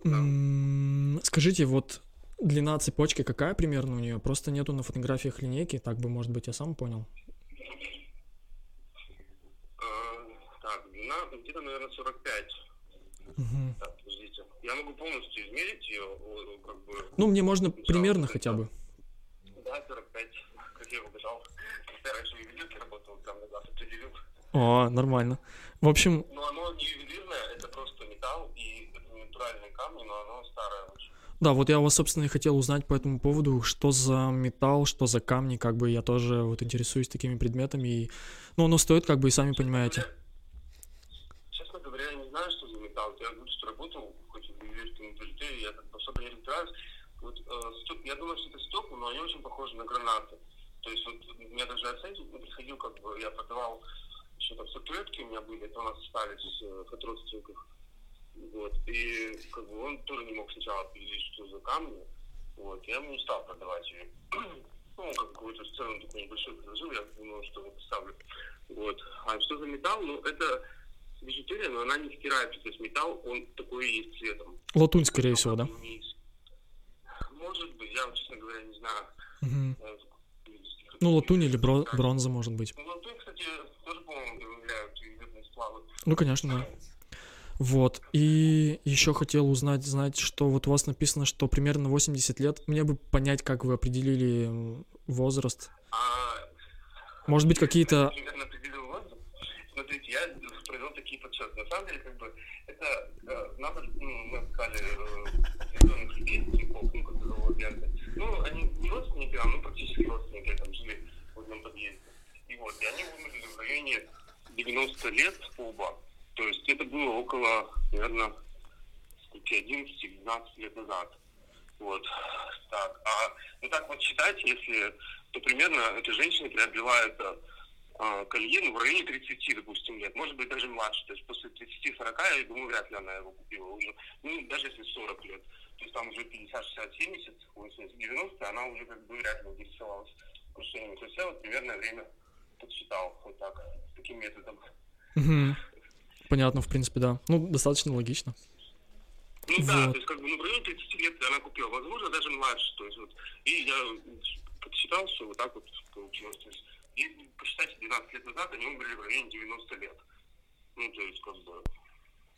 S3: М, Скажите, вот длина цепочки какая примерно у нее? Просто нету на фотографиях линейки, так бы, может быть, я сам понял.
S5: Э, Так, длина где-то, наверное, 45.
S3: Мгм.
S5: Подождите. Я могу полностью измерить ее, о, о, как бы...
S3: Ну, мне можно примерно хотя бы.
S5: Да, 45, как я его бежал. Я раньше в ювелирке работал, там назад определил.
S3: О, нормально. В общем,
S5: Но оно не ювелирное, это просто металл, и это натуральные камни, но оно старое очень.
S3: да, вот я у вас, собственно, и хотел узнать по этому поводу, что за металл, что за камни, как бы я тоже вот интересуюсь такими предметами, и... ну, оно стоит, как бы, и сами понимаете.
S5: Честно говоря, я не знаю, что за металл. Я говорю, что работал, хоть и в ювелирском индустрии, я так особо не разбираюсь. Вот, э, стёк- я думаю, что это стекла, но они очень похожи на гранаты. То есть вот у меня даже оценки ну, приходил, как бы я продавал еще там статуэтки у меня были, это у нас остались э, от родственников. Вот. И как бы он тоже не мог сначала определить, что за камни. Вот. Я ему не стал продавать ее. Ну, как бы какую-то сцену такую небольшую предложил, я думал, что вот ставлю. Вот. А что за металл? Ну, это бижутерия, но она не стирается. То есть металл, он такой и есть цветом.
S3: Латунь, скорее всего, да?
S5: Не из- Может быть, я, вот, честно говоря, не знаю.
S3: Мгм.
S5: Э,
S3: Ну, латунь или бро- бронза, может быть.
S5: Ну, латунь, кстати, тоже, по-моему, добавляют ювелирные сплавы.
S3: Ну, конечно, да. Вот. И еще хотел узнать, знать, что вот у вас написано, что примерно 80 лет. Мне бы понять, как вы определили м, возраст.
S5: А
S3: Может быть, какие-то...
S5: примерно определил возраст. Смотрите, я провел такие подсчеты. На самом деле, как бы, это э, нам ну, мы искали э, зеленых людей, типов, ну, как бы, вот, Янты. Ну, они не родственники нам, ну, практически родственники, там, жили в одном подъезде. И вот, и они умерли в районе 90 лет оба. То есть это было около, наверное, 11-12 лет назад. Вот. Так. А ну так вот считать, если, то примерно эта женщина приобрела это э, колье ну, в районе 30, допустим, лет. Может быть, даже младше. То есть после 30-40, я думаю, вряд ли она его купила уже. Ну, даже если 40 лет. То есть там уже 50, 60, 70, 80, 90, она уже как бы вряд ли интересовалась украшениями. ну, То есть я вот примерное время подсчитал вот так, таким методом.
S3: Мгм. Понятно, в принципе, да. Ну, достаточно логично.
S5: Ну да,
S3: Вот.
S5: то есть как бы ну, в районе 30 лет она купила, возможно, даже младше. То есть вот. И я подсчитал, что вот так вот получилось. То есть, если посчитать 12 лет назад, они умерли в районе 90 лет. Ну, то есть, как бы,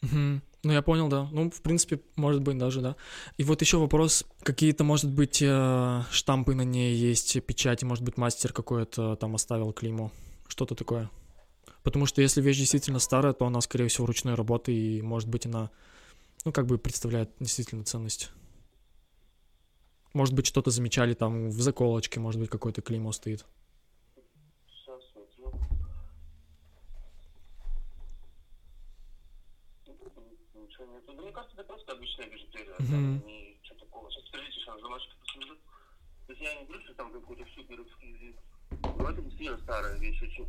S3: Мгм. Ну, я понял, да. Ну, в принципе, может быть, даже, да. И вот еще вопрос, какие-то, может быть, э, штампы на ней есть, печати, может быть, мастер какой-то там оставил клеймо, что-то такое. Потому что если вещь действительно старая, то она, скорее всего, ручной работы, и, может быть, она, ну, как бы представляет действительно ценность. Может быть, что-то замечали там в заколочке, может быть, какое-то клеймо стоит.
S5: сейчас смотрю. Ничего нет. Ну, Мне кажется, это просто обычная бижутерия.
S3: Мгм.
S5: Там ничего такого. Сейчас подождите, сейчас замочки посмотрю. То есть я не говорю, что там какой-то суперовский язык. Но это действительно старая вещь очень.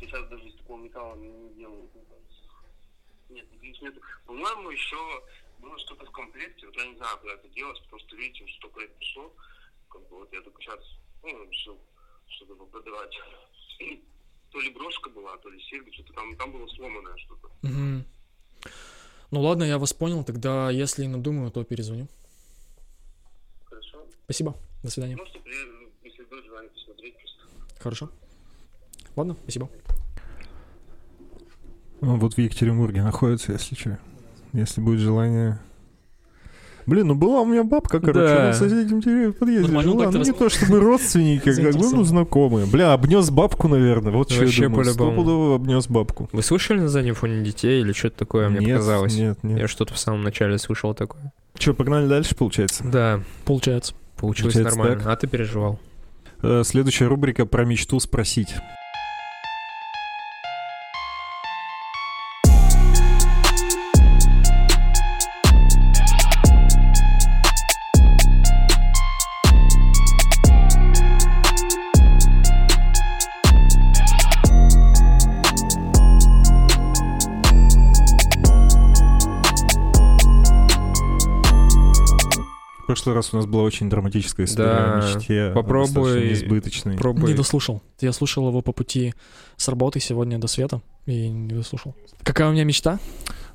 S5: Сейчас даже из такого металла не делают, мне кажется. Нет, здесь нет. По-моему, еще было что-то в комплекте. Вот я не знаю, куда это делось, потому что, видите, что только это пришло. Как бы вот я только сейчас ну, решил что-то продавать. То ли брошка была, то ли серьга, что-то там, там было сломанное что-то.
S3: Мгм. Ну, ладно, я вас понял, тогда если надумаю, то перезвоню.
S5: Хорошо?
S3: Спасибо, до свидания.
S5: Можете, при- если будет желание, посмотреть просто.
S3: Хорошо. Ладно, спасибо.
S2: Он Ну, вот в Екатеринбурге находится, если что. Если будет желание. Блин, ну была у меня бабка, короче,
S4: Да.
S2: она в соседнем дереве в подъезде
S3: Нормально
S2: жила.
S3: так ты
S2: Ну, не
S3: рас-
S2: то чтобы родственники, как бы, ну,
S3: Заинтересовал.
S2: знакомые. Бля, обнес бабку, наверное, вот что
S4: Вообще
S2: я думаю.
S4: по-любому.
S2: Стопудово обнес бабку.
S4: Вы слышали на заднем фоне детей или что-то такое, мне
S2: нет,
S4: показалось?
S2: нет, нет.
S4: Я что-то в самом начале слышал такое.
S2: Че, погнали дальше, получается?
S4: Да,
S3: Получается.
S4: получилось
S2: Получается
S4: нормально. А ты переживал.
S2: Э, Следующая рубрика про мечту спросить. В прошлый раз у нас была очень драматическая история
S4: Да,
S2: о мечте.
S4: попробуй-
S2: Э, достаточно Несбыточной.
S4: Пробуй.
S3: Не дослушал. Я слушал его по пути с работы сегодня до света и не дослушал. Какая у меня мечта?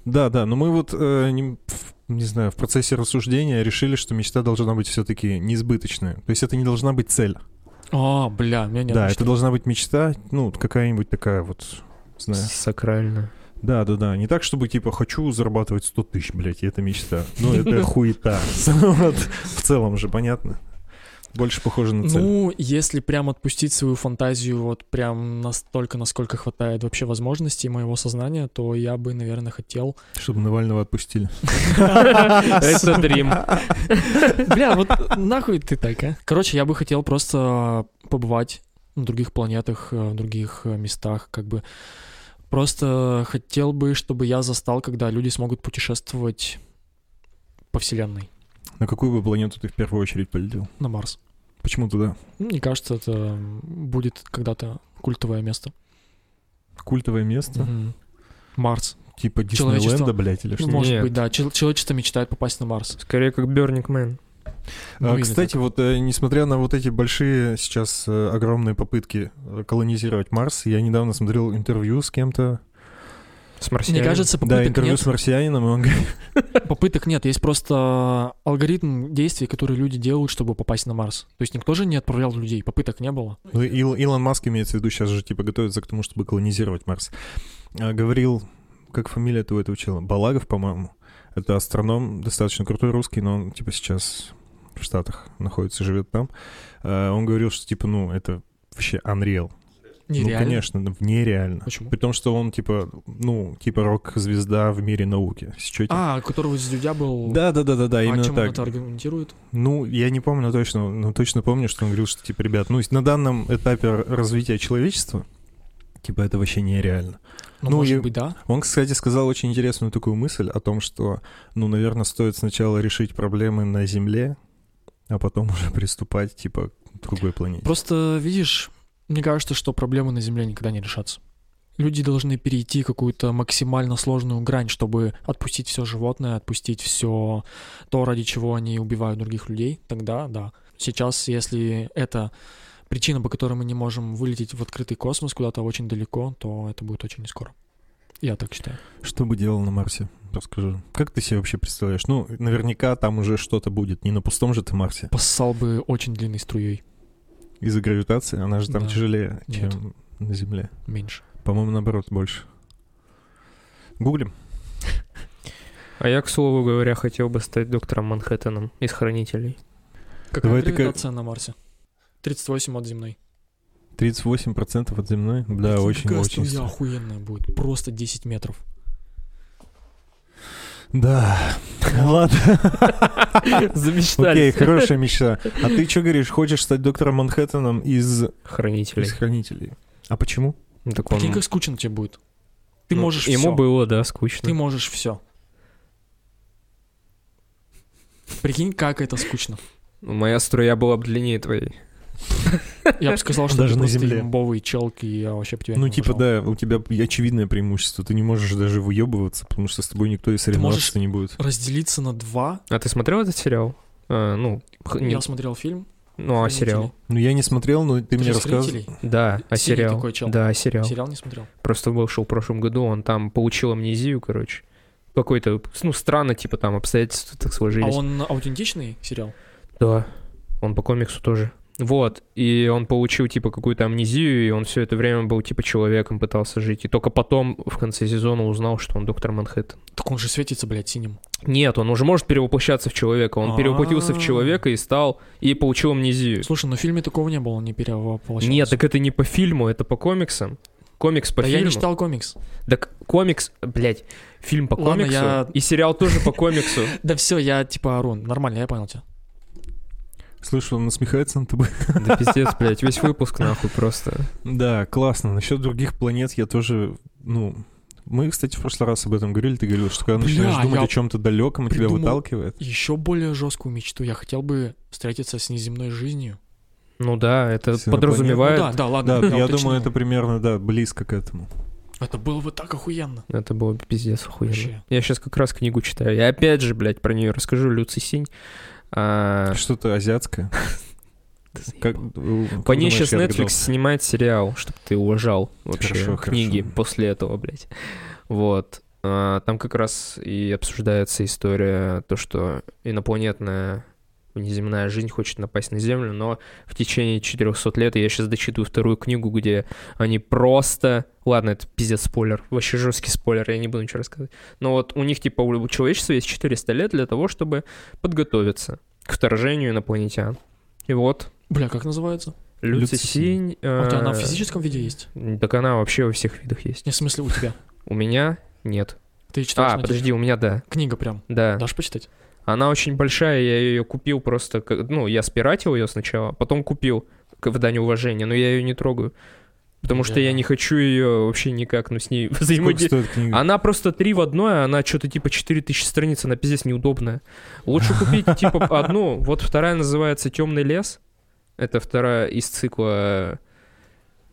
S2: Да, да, но мы вот, э, не, в- не знаю, в процессе рассуждения решили, что мечта должна быть все-таки несбыточная. То есть это не должна быть цель.
S3: А, бля, у меня нет
S2: да,
S3: мечты.
S2: ну, это должна быть мечта, ну, какая-нибудь такая вот, знаю.
S4: Сакрально.
S2: Да, да, да. Не так, чтобы типа хочу зарабатывать 100 тысяч, блядь, и это мечта. Ну, это хуета. Ну, Вот. В целом же, понятно. Больше похоже на цель.
S3: Ну, если прям отпустить свою фантазию вот прям настолько, насколько хватает вообще возможностей моего сознания, то я бы, наверное, хотел...
S2: Чтобы Навального отпустили.
S4: Это дрим.
S3: Бля, вот нахуй ты так, а? Короче, я бы хотел просто побывать на других планетах, э, в других э, местах, как бы. Просто хотел бы, чтобы я застал, когда люди смогут путешествовать по Вселенной,
S2: На какую бы планету ты в первую очередь полетел?
S3: на Марс.
S2: Почему туда?
S3: Ну, Мне кажется, это будет когда-то культовое место.
S2: Культовое место?
S3: Мгм. Марс.
S2: Типа
S3: Человечество.
S2: Диснейленда, блядь, или
S3: Ну,
S2: что?
S3: может
S4: Нет.
S3: быть, да. Чел- Человечество мечтает попасть на Марс.
S4: Скорее, как Берник Мэн.
S3: Ну,
S2: А,
S3: или
S2: Кстати, вот э, несмотря на вот эти большие сейчас э, огромные попытки э, колонизировать Марс, я недавно смотрел интервью с кем-то.
S4: С
S3: так. Мне
S4: марсианином.
S3: кажется,
S2: Да,
S3: попыток
S2: интервью
S3: нет.
S2: с марсианином, и он говорит,
S3: Попыток нет, есть просто алгоритм действий, которые люди делают, чтобы попасть на Марс. То есть никто же не отправлял людей, попыток не было.
S2: Ну, Ил- Илон Маск имеется в виду, сейчас же типа готовится к тому, чтобы колонизировать Марс. А, Говорил, как фамилия этого, этого чела? Балагов, по-моему. Это астроном, достаточно крутой русский, но он типа сейчас в Штатах находится, живет там. А, Он говорил, что типа, ну, это вообще unreal.
S3: Нереально.
S2: Ну, конечно, да, нереально.
S3: Почему?
S2: При том, что он типа, ну, типа рок-звезда в мире науки. С чё-
S3: А, у которого из Дудя был...
S2: Да, да, да, да, да,
S3: а
S2: именно
S3: чем он
S2: так.
S3: это аргументирует?
S2: Ну, я не помню точно, но точно помню, что он говорил, что, типа, ребят, ну, на данном этапе р- развития человечества, типа, это вообще нереально.
S3: Ну,
S2: Ну,
S3: может
S2: и-
S3: быть, да.
S2: Он, кстати, сказал очень интересную такую мысль о том, что, ну, наверное, стоит сначала решить проблемы на Земле, а потом уже приступать, типа, к другой планете.
S3: Просто, видишь, мне кажется, что проблемы на Земле никогда не решатся. Люди должны перейти какую-то максимально сложную грань, чтобы отпустить все животное, отпустить все то, ради чего они убивают других людей. Тогда да. Сейчас, если это причина, по которой мы не можем вылететь в открытый космос куда-то очень далеко, то это будет очень скоро. Я так считаю.
S2: Что бы делал на Марсе? Расскажи. Как ты себе вообще представляешь? Ну, наверняка там уже что-то будет. Не на пустом же ты Марсе.
S3: Поссал бы очень длинной струей
S2: Из-за гравитации она же там
S3: Да.
S2: тяжелее, чем
S3: Нет.
S2: на Земле.
S3: меньше.
S2: По-моему, наоборот, больше. Гуглим.
S4: А я, к слову говоря, хотел бы стать доктором Манхэттеном из «Хранителей».
S3: Какая
S2: Давай ты как-
S3: гравитация на Марсе? 38 от земной.
S2: 38% от земной? Да,
S3: Прикинь,
S2: очень,
S3: какая
S2: очень.
S3: струя
S2: сильно.
S3: охуенная будет. Просто 10 метров.
S2: Да. Ладно. Окей,
S4: Замечтались.
S2: хорошая мечта. А ты что говоришь, хочешь стать доктором Манхэттеном из,
S4: «Хранителей».
S2: из хранителей? А почему?
S4: Ну, Так он-
S3: Прикинь, как скучно тебе будет. Ты
S4: ну,
S3: можешь
S4: Ему
S3: всё.
S4: было, да,
S3: Ты
S4: скучно.
S3: можешь все. Прикинь, как это скучно.
S4: Ну, Моя струя была бы длиннее твоей.
S3: Я бы сказал, что
S2: Даже
S3: ты
S2: на
S3: просто
S2: земле.
S3: имбовый челк, и я вообще бы тебя
S2: Ну,
S3: не
S2: типа,
S3: уважал.
S2: да, у тебя очевидное преимущество. Ты не можешь даже выебываться, потому что с тобой никто и соревноваться не будет.
S3: Разделиться на два.
S4: А ты смотрел этот сериал? А, ну, х- не-
S3: Я смотрел фильм.
S4: ну, а
S3: «Хранители».
S4: сериал?
S2: Ну, я не смотрел, но ты,
S3: Ты
S2: мне
S3: же
S2: рассказывал.
S3: «Хранителей»
S4: Да, а
S3: Синий
S4: сериал?
S3: такой чел.
S4: Да, сериал.
S3: Сериал не смотрел. А
S4: Просто вышел в прошлом году, он там получил амнезию, короче. Какой-то, ну, странно, типа там обстоятельства так
S3: А
S4: сложились.
S3: он аутентичный сериал?
S4: Да, он по комиксу тоже. Вот, и он получил, типа, какую-то амнезию, и он все это время был, типа, человеком, пытался жить. И только потом, в конце сезона, узнал, что он доктор Манхэттен.
S3: Так он же светится, блядь, синим.
S4: Нет, он уже может перевоплощаться в человека. Он перевоплотился в
S3: А-а-а.
S4: человека и стал... И получил амнезию.
S3: Слушай, но в фильме такого не было, он не перевоплощался.
S4: Нет, так это не по фильму, это по комиксам. Комикс по
S3: да А я
S4: фильму.
S3: не читал комикс.
S4: Так комикс, блядь, фильм по
S3: Ладно,
S4: комиксу.
S3: я-
S4: И сериал тоже по комиксу.
S3: Да все, я типа Арон. Нормально, я понял тебя.
S2: Слышал, он насмехается над тобой.
S4: Да пиздец, блядь, весь выпуск нахуй просто.
S2: Да, классно. Насчет других планет я тоже, ну... Мы, кстати, в прошлый раз об этом говорили. Ты говорил, что когда
S3: Бля,
S2: начинаешь думать
S3: я
S2: о чем-то далеком, тебя
S3: придумал.
S2: выталкивает.
S3: Еще более жесткую мечту. Я хотел бы встретиться с неземной жизнью.
S4: Ну да, это
S2: Всё
S4: подразумевает...
S3: Ну да, да, ладно.
S2: Да, я
S3: уточнил.
S2: думаю, это примерно, да, близко к этому.
S3: Это было бы так охуенно.
S4: Это было бы пиздец охуенно.
S3: Вообще.
S4: Я сейчас как раз книгу читаю. Я опять же, блядь, про нее расскажу, Люци Синь. А,
S2: Что-то азиатское. э, Как,
S4: По ней сейчас Netflix снимает сериал, чтобы ты уважал вообще
S2: Хорошо,
S4: книги
S2: хорошо.
S4: после этого, блядь. Вот. А, Там как раз и обсуждается история, то, что инопланетная внеземная жизнь хочет напасть на Землю, но в течение 400 лет, я сейчас дочитываю вторую книгу, где они просто... Ладно, это пиздец спойлер, вообще жесткий спойлер, я не буду ничего рассказывать. Но вот у них, типа, у человечества есть 400 лет для того, чтобы подготовиться к вторжению инопланетян. И вот
S3: Бля, как называется?
S4: Люцисинь...
S3: А у тебя она
S4: э,
S3: в физическом виде есть?
S4: Так она вообще во всех видах есть.
S3: Не, в смысле, у тебя.
S4: У меня нет.
S3: Ты читаешь
S4: А,
S3: на
S4: подожди,
S3: телефоне?
S4: у меня да.
S3: Книга прям.
S4: Да.
S3: Дашь почитать?
S4: Она очень большая, я ее купил просто, как- ну, я спиратил ее сначала, потом купил к- в дань уважения, но я ее не трогаю, потому что я
S3: Понятно.
S4: не хочу ее вообще никак, ну, с ней
S2: Сколько
S4: взаимодействовать.
S2: стоит книга?
S4: Она просто три в одной, а она что-то типа 4000 страниц, она пиздец неудобная. Лучше купить типа одну, вот вторая называется «Темный лес», это вторая из цикла, э,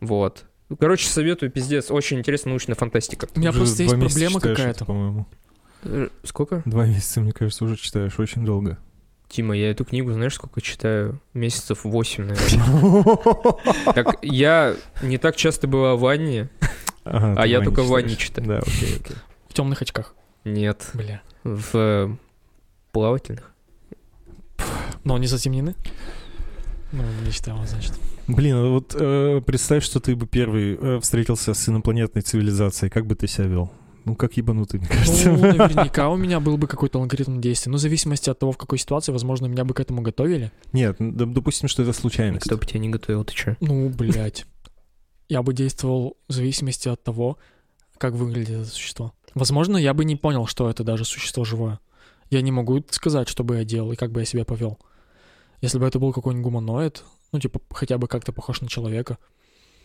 S4: вот. Короче, советую, пиздец, очень интересная научная фантастика.
S3: У меня
S2: Уже
S3: просто есть
S2: два месяца
S3: проблема
S2: читаешь это,
S3: какая-то.
S2: по-моему.
S4: Э, Сколько?
S2: Два месяца, мне кажется, уже читаешь очень долго.
S4: Тима, я эту книгу, знаешь, сколько читаю? Месяцев 8, наверное. Так я не так часто была в ванне.
S2: Ага,
S4: А
S2: ты
S4: я только
S2: читаешь.
S4: Ваню читаю.
S2: Да, окей, окей.
S3: В темных очках.
S4: Нет.
S3: Бля.
S4: В э, плавательных.
S3: Но они затемнены? Ну, не читал, значит.
S2: Блин, а вот э, представь, что ты бы первый э, встретился с инопланетной цивилизацией. Как бы ты себя вел? Ну, как ебанутый, мне кажется.
S3: Ну, наверняка у меня был бы какой-то алгоритм действий. Но в зависимости от того, в какой ситуации, возможно, меня бы к этому готовили.
S2: Нет, ну, доп- допустим, что это случайность.
S4: Кто бы тебя не готовил, ты чё?
S3: Ну, блядь. Я бы действовал в зависимости от того, как выглядит это существо. Возможно, я бы не понял, что это даже существо живое. Я не могу сказать, что бы я делал и как бы я себя повел. Если бы это был какой-нибудь гуманоид, ну, типа, хотя бы как-то похож на человека,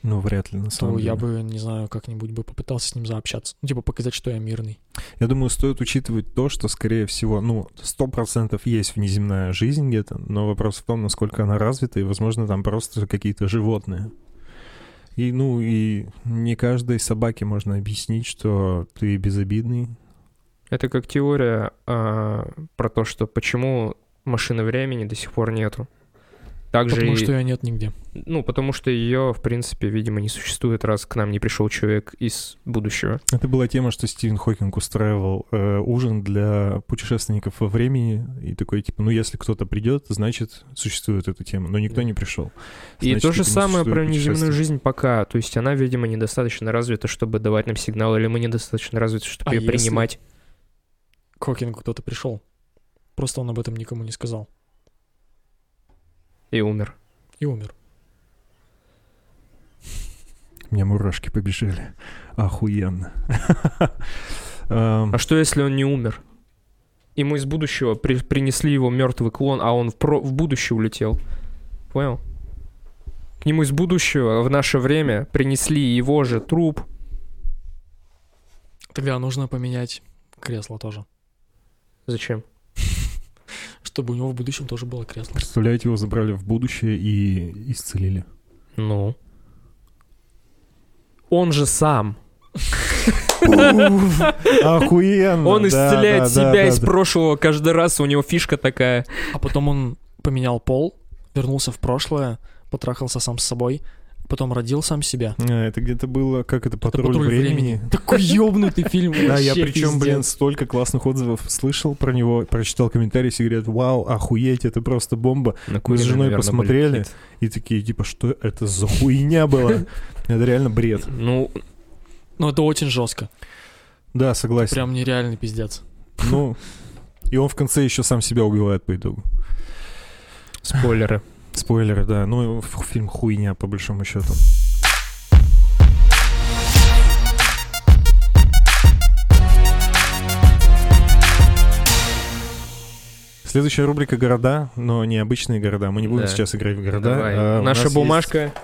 S2: Ну, вряд ли, на
S3: то
S2: самом деле.
S3: я бы, не знаю, как-нибудь бы попытался с ним заобщаться. Ну, типа, показать, что я мирный.
S2: Я думаю, стоит учитывать то, что, скорее всего, ну, 100% есть внеземная жизнь где-то, но вопрос в том, насколько она развита, и, возможно, там просто какие-то животные. И, ну, и не каждой собаке можно объяснить, что ты безобидный.
S4: Это как теория а, про то, что почему машины времени до сих пор нету. Также
S3: Потому
S4: и-
S3: что я нет нигде.
S4: ну, потому что ее, в принципе, видимо, не существует, раз к нам не пришел человек из будущего.
S2: Это была тема, что Стивен Хокинг устраивал э, ужин для путешественников во времени, и такой, типа, ну, если кто-то придет, значит, существует эта тема, но никто не пришел.
S4: И
S2: Значит,
S4: то же
S2: это не
S4: самое про
S2: существует
S4: внеземную
S2: путешествий.
S4: жизнь пока. То есть она, видимо, недостаточно развита, чтобы давать нам сигналы, или мы недостаточно развиты, чтобы
S3: А
S4: ее
S3: если-
S4: принимать.
S3: К Хокингу кто-то пришел. Просто он об этом никому не сказал.
S4: И умер.
S3: И умер.
S2: У меня мурашки побежали. Охуенно. Эм,
S4: А что, если он не умер? Ему из будущего при- принесли его мертвый клон, а он в, про- в будущее улетел. Понял? К нему из будущего в наше время принесли его же труп.
S3: Тогда нужно поменять кресло тоже.
S4: Зачем?
S3: Чтобы у него в будущем тоже было кресло.
S2: Представляете, его забрали в будущее и исцелили.
S4: Ну. Он же сам.
S2: Охуенно!
S4: Он
S2: Ну да,
S4: исцеляет
S2: да,
S4: себя
S2: да,
S4: из
S2: да.
S4: прошлого каждый раз, у него фишка такая.
S3: А потом он поменял пол, вернулся в прошлое, потрахался сам с собой, потом родил сам себя.
S2: А, Это где-то было, как это,
S3: Это
S2: патруль, времени.
S3: Такой ёбнутый фильм.
S2: Да, я
S3: вообще
S2: причем, блин,
S3: пиздец.
S2: столько классных отзывов слышал про него, прочитал комментарии, все говорят, вау, охуеть, это просто бомба. Мы с женой посмотрели и такие, типа, что это за хуйня была? Это реально бред.
S4: Ну,
S3: Но это очень жестко.
S2: Да, согласен.
S3: Прям нереальный пиздец.
S2: Ну, и он в конце еще сам себя убивает по итогу.
S4: спойлеры.
S2: Спойлеры, да. Ну, ф- фильм хуйня, по большому счету. Следующая рубрика «Города», но не обычные города. Мы не будем
S4: Да.
S2: сейчас играть в города.
S4: Давай.
S2: а у
S4: Наша
S2: нас
S4: бумажка.
S2: есть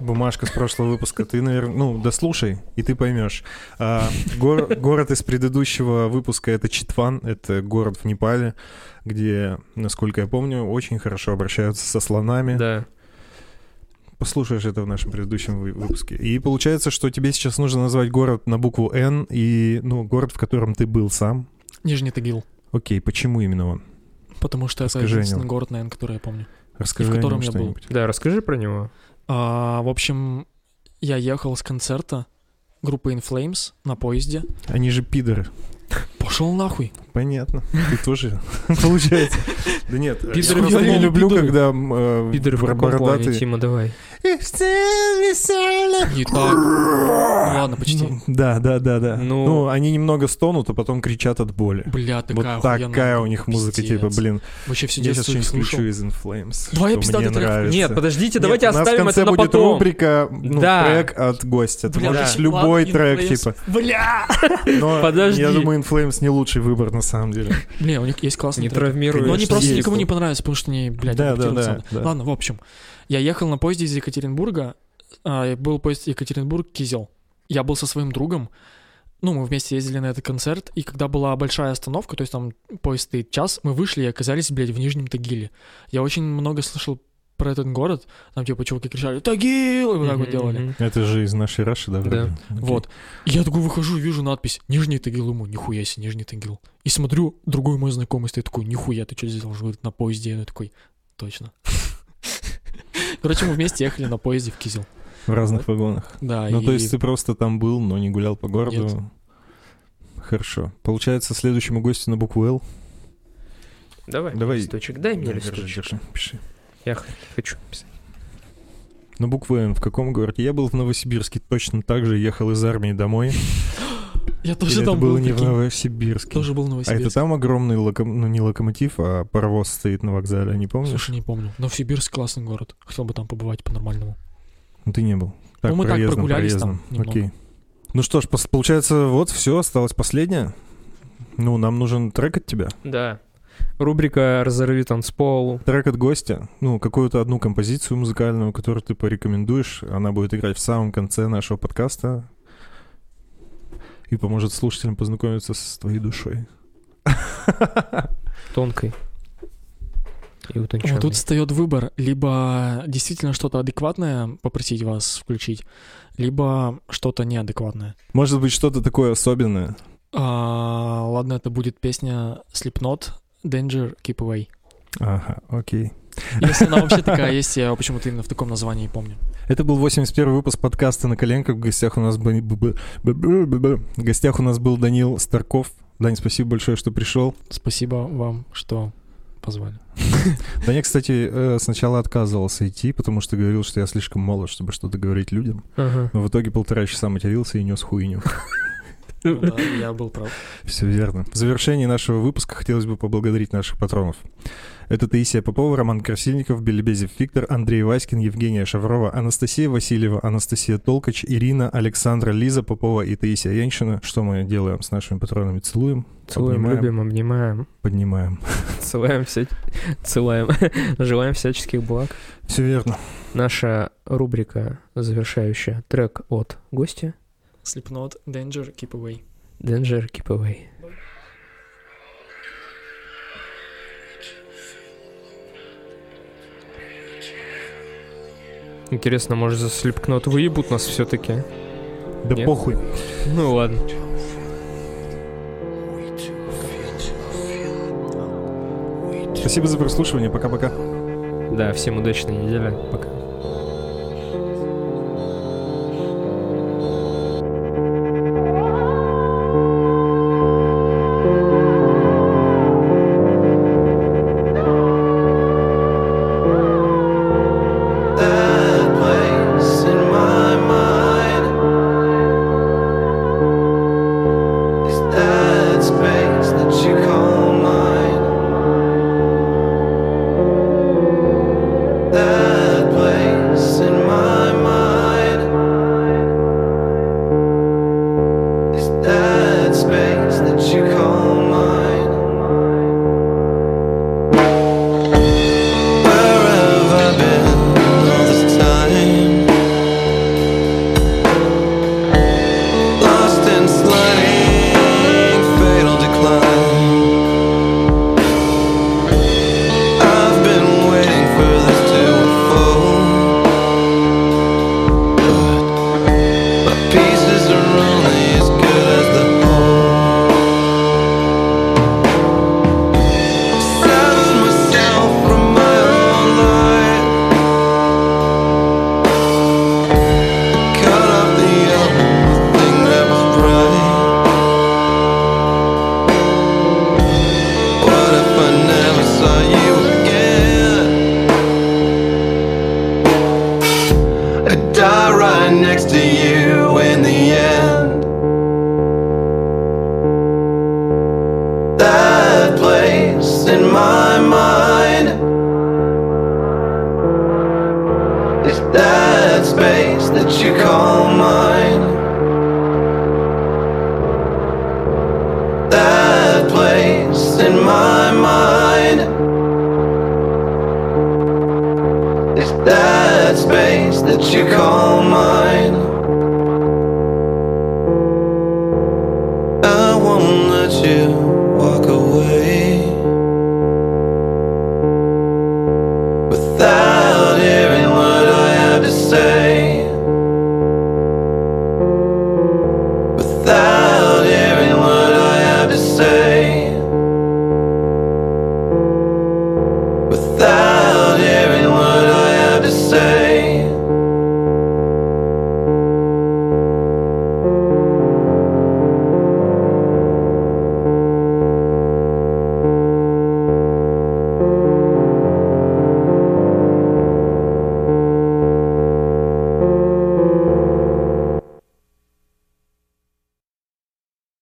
S2: Бумажка с прошлого выпуска. Ты, наверное, ну, дослушай, и ты поймешь. А, гор- город из предыдущего выпуска — это Читван, это город в Непале, где, насколько я помню, очень хорошо обращаются со слонами
S4: Да.
S2: послушаешь это в нашем предыдущем вы- выпуске. И получается, что тебе сейчас нужно назвать город на букву Н и, ну, город, в котором ты был сам.
S3: Нижний Тагил.
S2: Окей, почему именно он?
S3: Потому что это
S2: Расскажи о
S3: единственный
S2: нем.
S3: город, наверное, который я помню.
S2: Расскажи
S3: в
S2: о нем
S3: котором я был.
S2: что-нибудь.
S4: Да, расскажи про него.
S3: А, в общем, я ехал с концерта группы In Flames на поезде.
S2: Они же пидоры.
S3: Пошел нахуй.
S2: Понятно. Ты тоже, получается. Да нет, я
S4: Пидоры в
S2: просто не
S4: каком-
S2: люблю,
S4: пидоры?
S2: когда м, э,
S4: Пидор в каком плане,
S3: типа.
S2: бородатые...
S4: Тима, давай.
S3: Не так. Ну ладно, почти.
S2: Ну, Да, да, да, да.
S4: Ну-
S2: Ну, они немного стонут, а потом кричат от боли.
S3: Бля, такая
S2: Вот
S3: охуенная
S2: такая у них музыка,
S3: Пиздец.
S2: типа, блин,
S3: Вообще все
S2: я сейчас
S3: детство их
S2: что-нибудь
S3: слушал.
S2: включу из In Flames,
S3: Давай я
S2: что
S3: пиздатый
S2: мне
S3: трек.
S2: нравится.
S4: Нет, подождите,
S2: Нет,
S4: давайте
S2: у нас в
S4: оставим
S2: конце
S4: это на
S2: будет
S4: потом.
S2: рубрика, ну,
S4: Да.
S2: трек от гостя. Ты
S3: Бля,
S2: можешь
S3: да.
S2: любой
S3: Ладно,
S2: трек,
S3: Inflames.
S2: типа.
S3: Бля!
S2: Но
S4: Подожди.
S2: Я думаю, In Flames не лучший выбор, на самом деле.
S3: Не, у них есть классный
S4: Не
S3: трек.
S4: травмируй.
S3: Но Типа, ну, они
S2: Конечно,
S3: просто
S2: есть,
S3: никому
S2: да.
S3: не понравились, потому что они, блядь,
S2: Да, да, да,
S3: адаптируются надо.
S2: да.
S3: Ладно, в общем, я ехал на поезде из Екатеринбурга, а, и был поезд Екатеринбург-Кизел. Я был со своим другом, ну, мы вместе ездили на этот концерт, и когда была большая остановка, то есть там поезд стоит час, мы вышли и оказались, блядь, в Нижнем Тагиле. Я очень много слышал про этот город, там типа чуваки кричали «Тагил!» и вот так вот
S4: Мгм,
S3: делали.
S4: мгм.
S2: Это же из нашей Раши, да, вроде?
S4: Да.
S2: Окей.
S3: Вот. И я такой выхожу, вижу надпись «Нижний Тагил». Ему «Нихуя себе, Нижний Тагил». И смотрю, другой мой знакомый стоит такой «Нихуя, ты что здесь должен говорит, на поезде?» Я такой «Точно». Короче, мы вместе ехали на поезде в Кизел.
S2: В разных вагонах.
S4: А
S3: Да,
S2: Ну,
S3: и...
S2: то есть ты просто там был, но не гулял по городу.
S3: Нет.
S2: Хорошо. Получается, следующему гостю на букву «Л».
S4: Давай,
S2: Давай.
S4: листочек, дай мне
S2: Да, держи,
S4: листочек.
S2: держи, пиши.
S4: Я х- хочу писать.
S2: На букву «Н» в каком городе? Я был в Новосибирске, точно так же ехал из армии домой.
S3: Я
S2: Или
S3: тоже
S2: это
S3: там
S2: было
S3: был,
S2: не в
S3: прикинь.
S2: Новосибирске?
S3: Тоже был в
S2: А это
S3: Новосибирске.
S2: там огромный локом... ну, не локомотив, а паровоз стоит на вокзале, не помнишь?
S3: Слушай, не помню. Новосибирск классный город. Хотел бы там побывать по-нормальному.
S2: Ну, ты не был.
S3: Ну, мы так
S2: проездом,
S3: прогулялись там
S2: проездом.
S3: немного.
S2: Окей. Ну что ж, пос- получается, вот все, осталось последнее. Ну, нам нужен трек от тебя.
S4: Да. Рубрика «Разорви танцпол».
S2: Трек от гостя, ну, какую-то одну композицию музыкальную, которую ты порекомендуешь. Она будет играть в самом конце нашего подкаста и поможет слушателям познакомиться с твоей душой.
S4: тонкой и утонченной.
S3: Вот тут встает выбор. Либо действительно что-то адекватное попросить вас включить, либо что-то неадекватное.
S2: Может быть, что-то такое особенное.
S3: А, ладно, это будет песня Slipknot Danger Keep Away.
S2: Ага, окей.
S3: Если она вообще такая есть, я почему-то именно в таком названии помню.
S2: Это был 81 выпуск подкаста «На коленках». В гостях у нас, бы- бы- бы- бы- бы- бы- бы. В гостях у нас был Данил Старков. Дань, спасибо большое, что пришел.
S3: Спасибо вам, что позвали.
S2: Даня, кстати, э, сначала отказывался идти, потому что говорил, что я слишком молод, чтобы что-то говорить людям.
S4: Ага.
S2: Но в итоге полтора часа матерился и нес хуйню.
S3: да, я был прав.
S2: Все верно. В завершении нашего выпуска хотелось бы поблагодарить наших патронов. Это Таисия Попова, Роман Красильников, Белебезев Виктор, Андрей Васькин, Евгения Шаврова, Анастасия Васильева, Анастасия Толкач, Ирина, Александра, Лиза Попова и Таисия Янщина. Что мы делаем с нашими патронами? Целуем,
S4: Целуем,
S2: обнимаем,
S4: любим, обнимаем.
S2: поднимаем.
S4: Целуем все... Целуем. Желаем всяческих благ.
S2: Все верно.
S4: Наша рубрика завершающая. Трек от гостя.
S3: Slipknot Danger Keep Away.
S4: Danger Keep Away. Интересно, может, за слепкнот выебут нас все-таки?
S2: Да
S4: Нет.
S2: похуй.
S4: Ну ладно.
S2: Спасибо за прослушивание. Пока-пока.
S4: Да, всем удачной недели. Пока.
S6: That place in my mind is that space that you call mine. That place. what's in my mind is that space that you call mine. That place in my mind is that space that you call mine.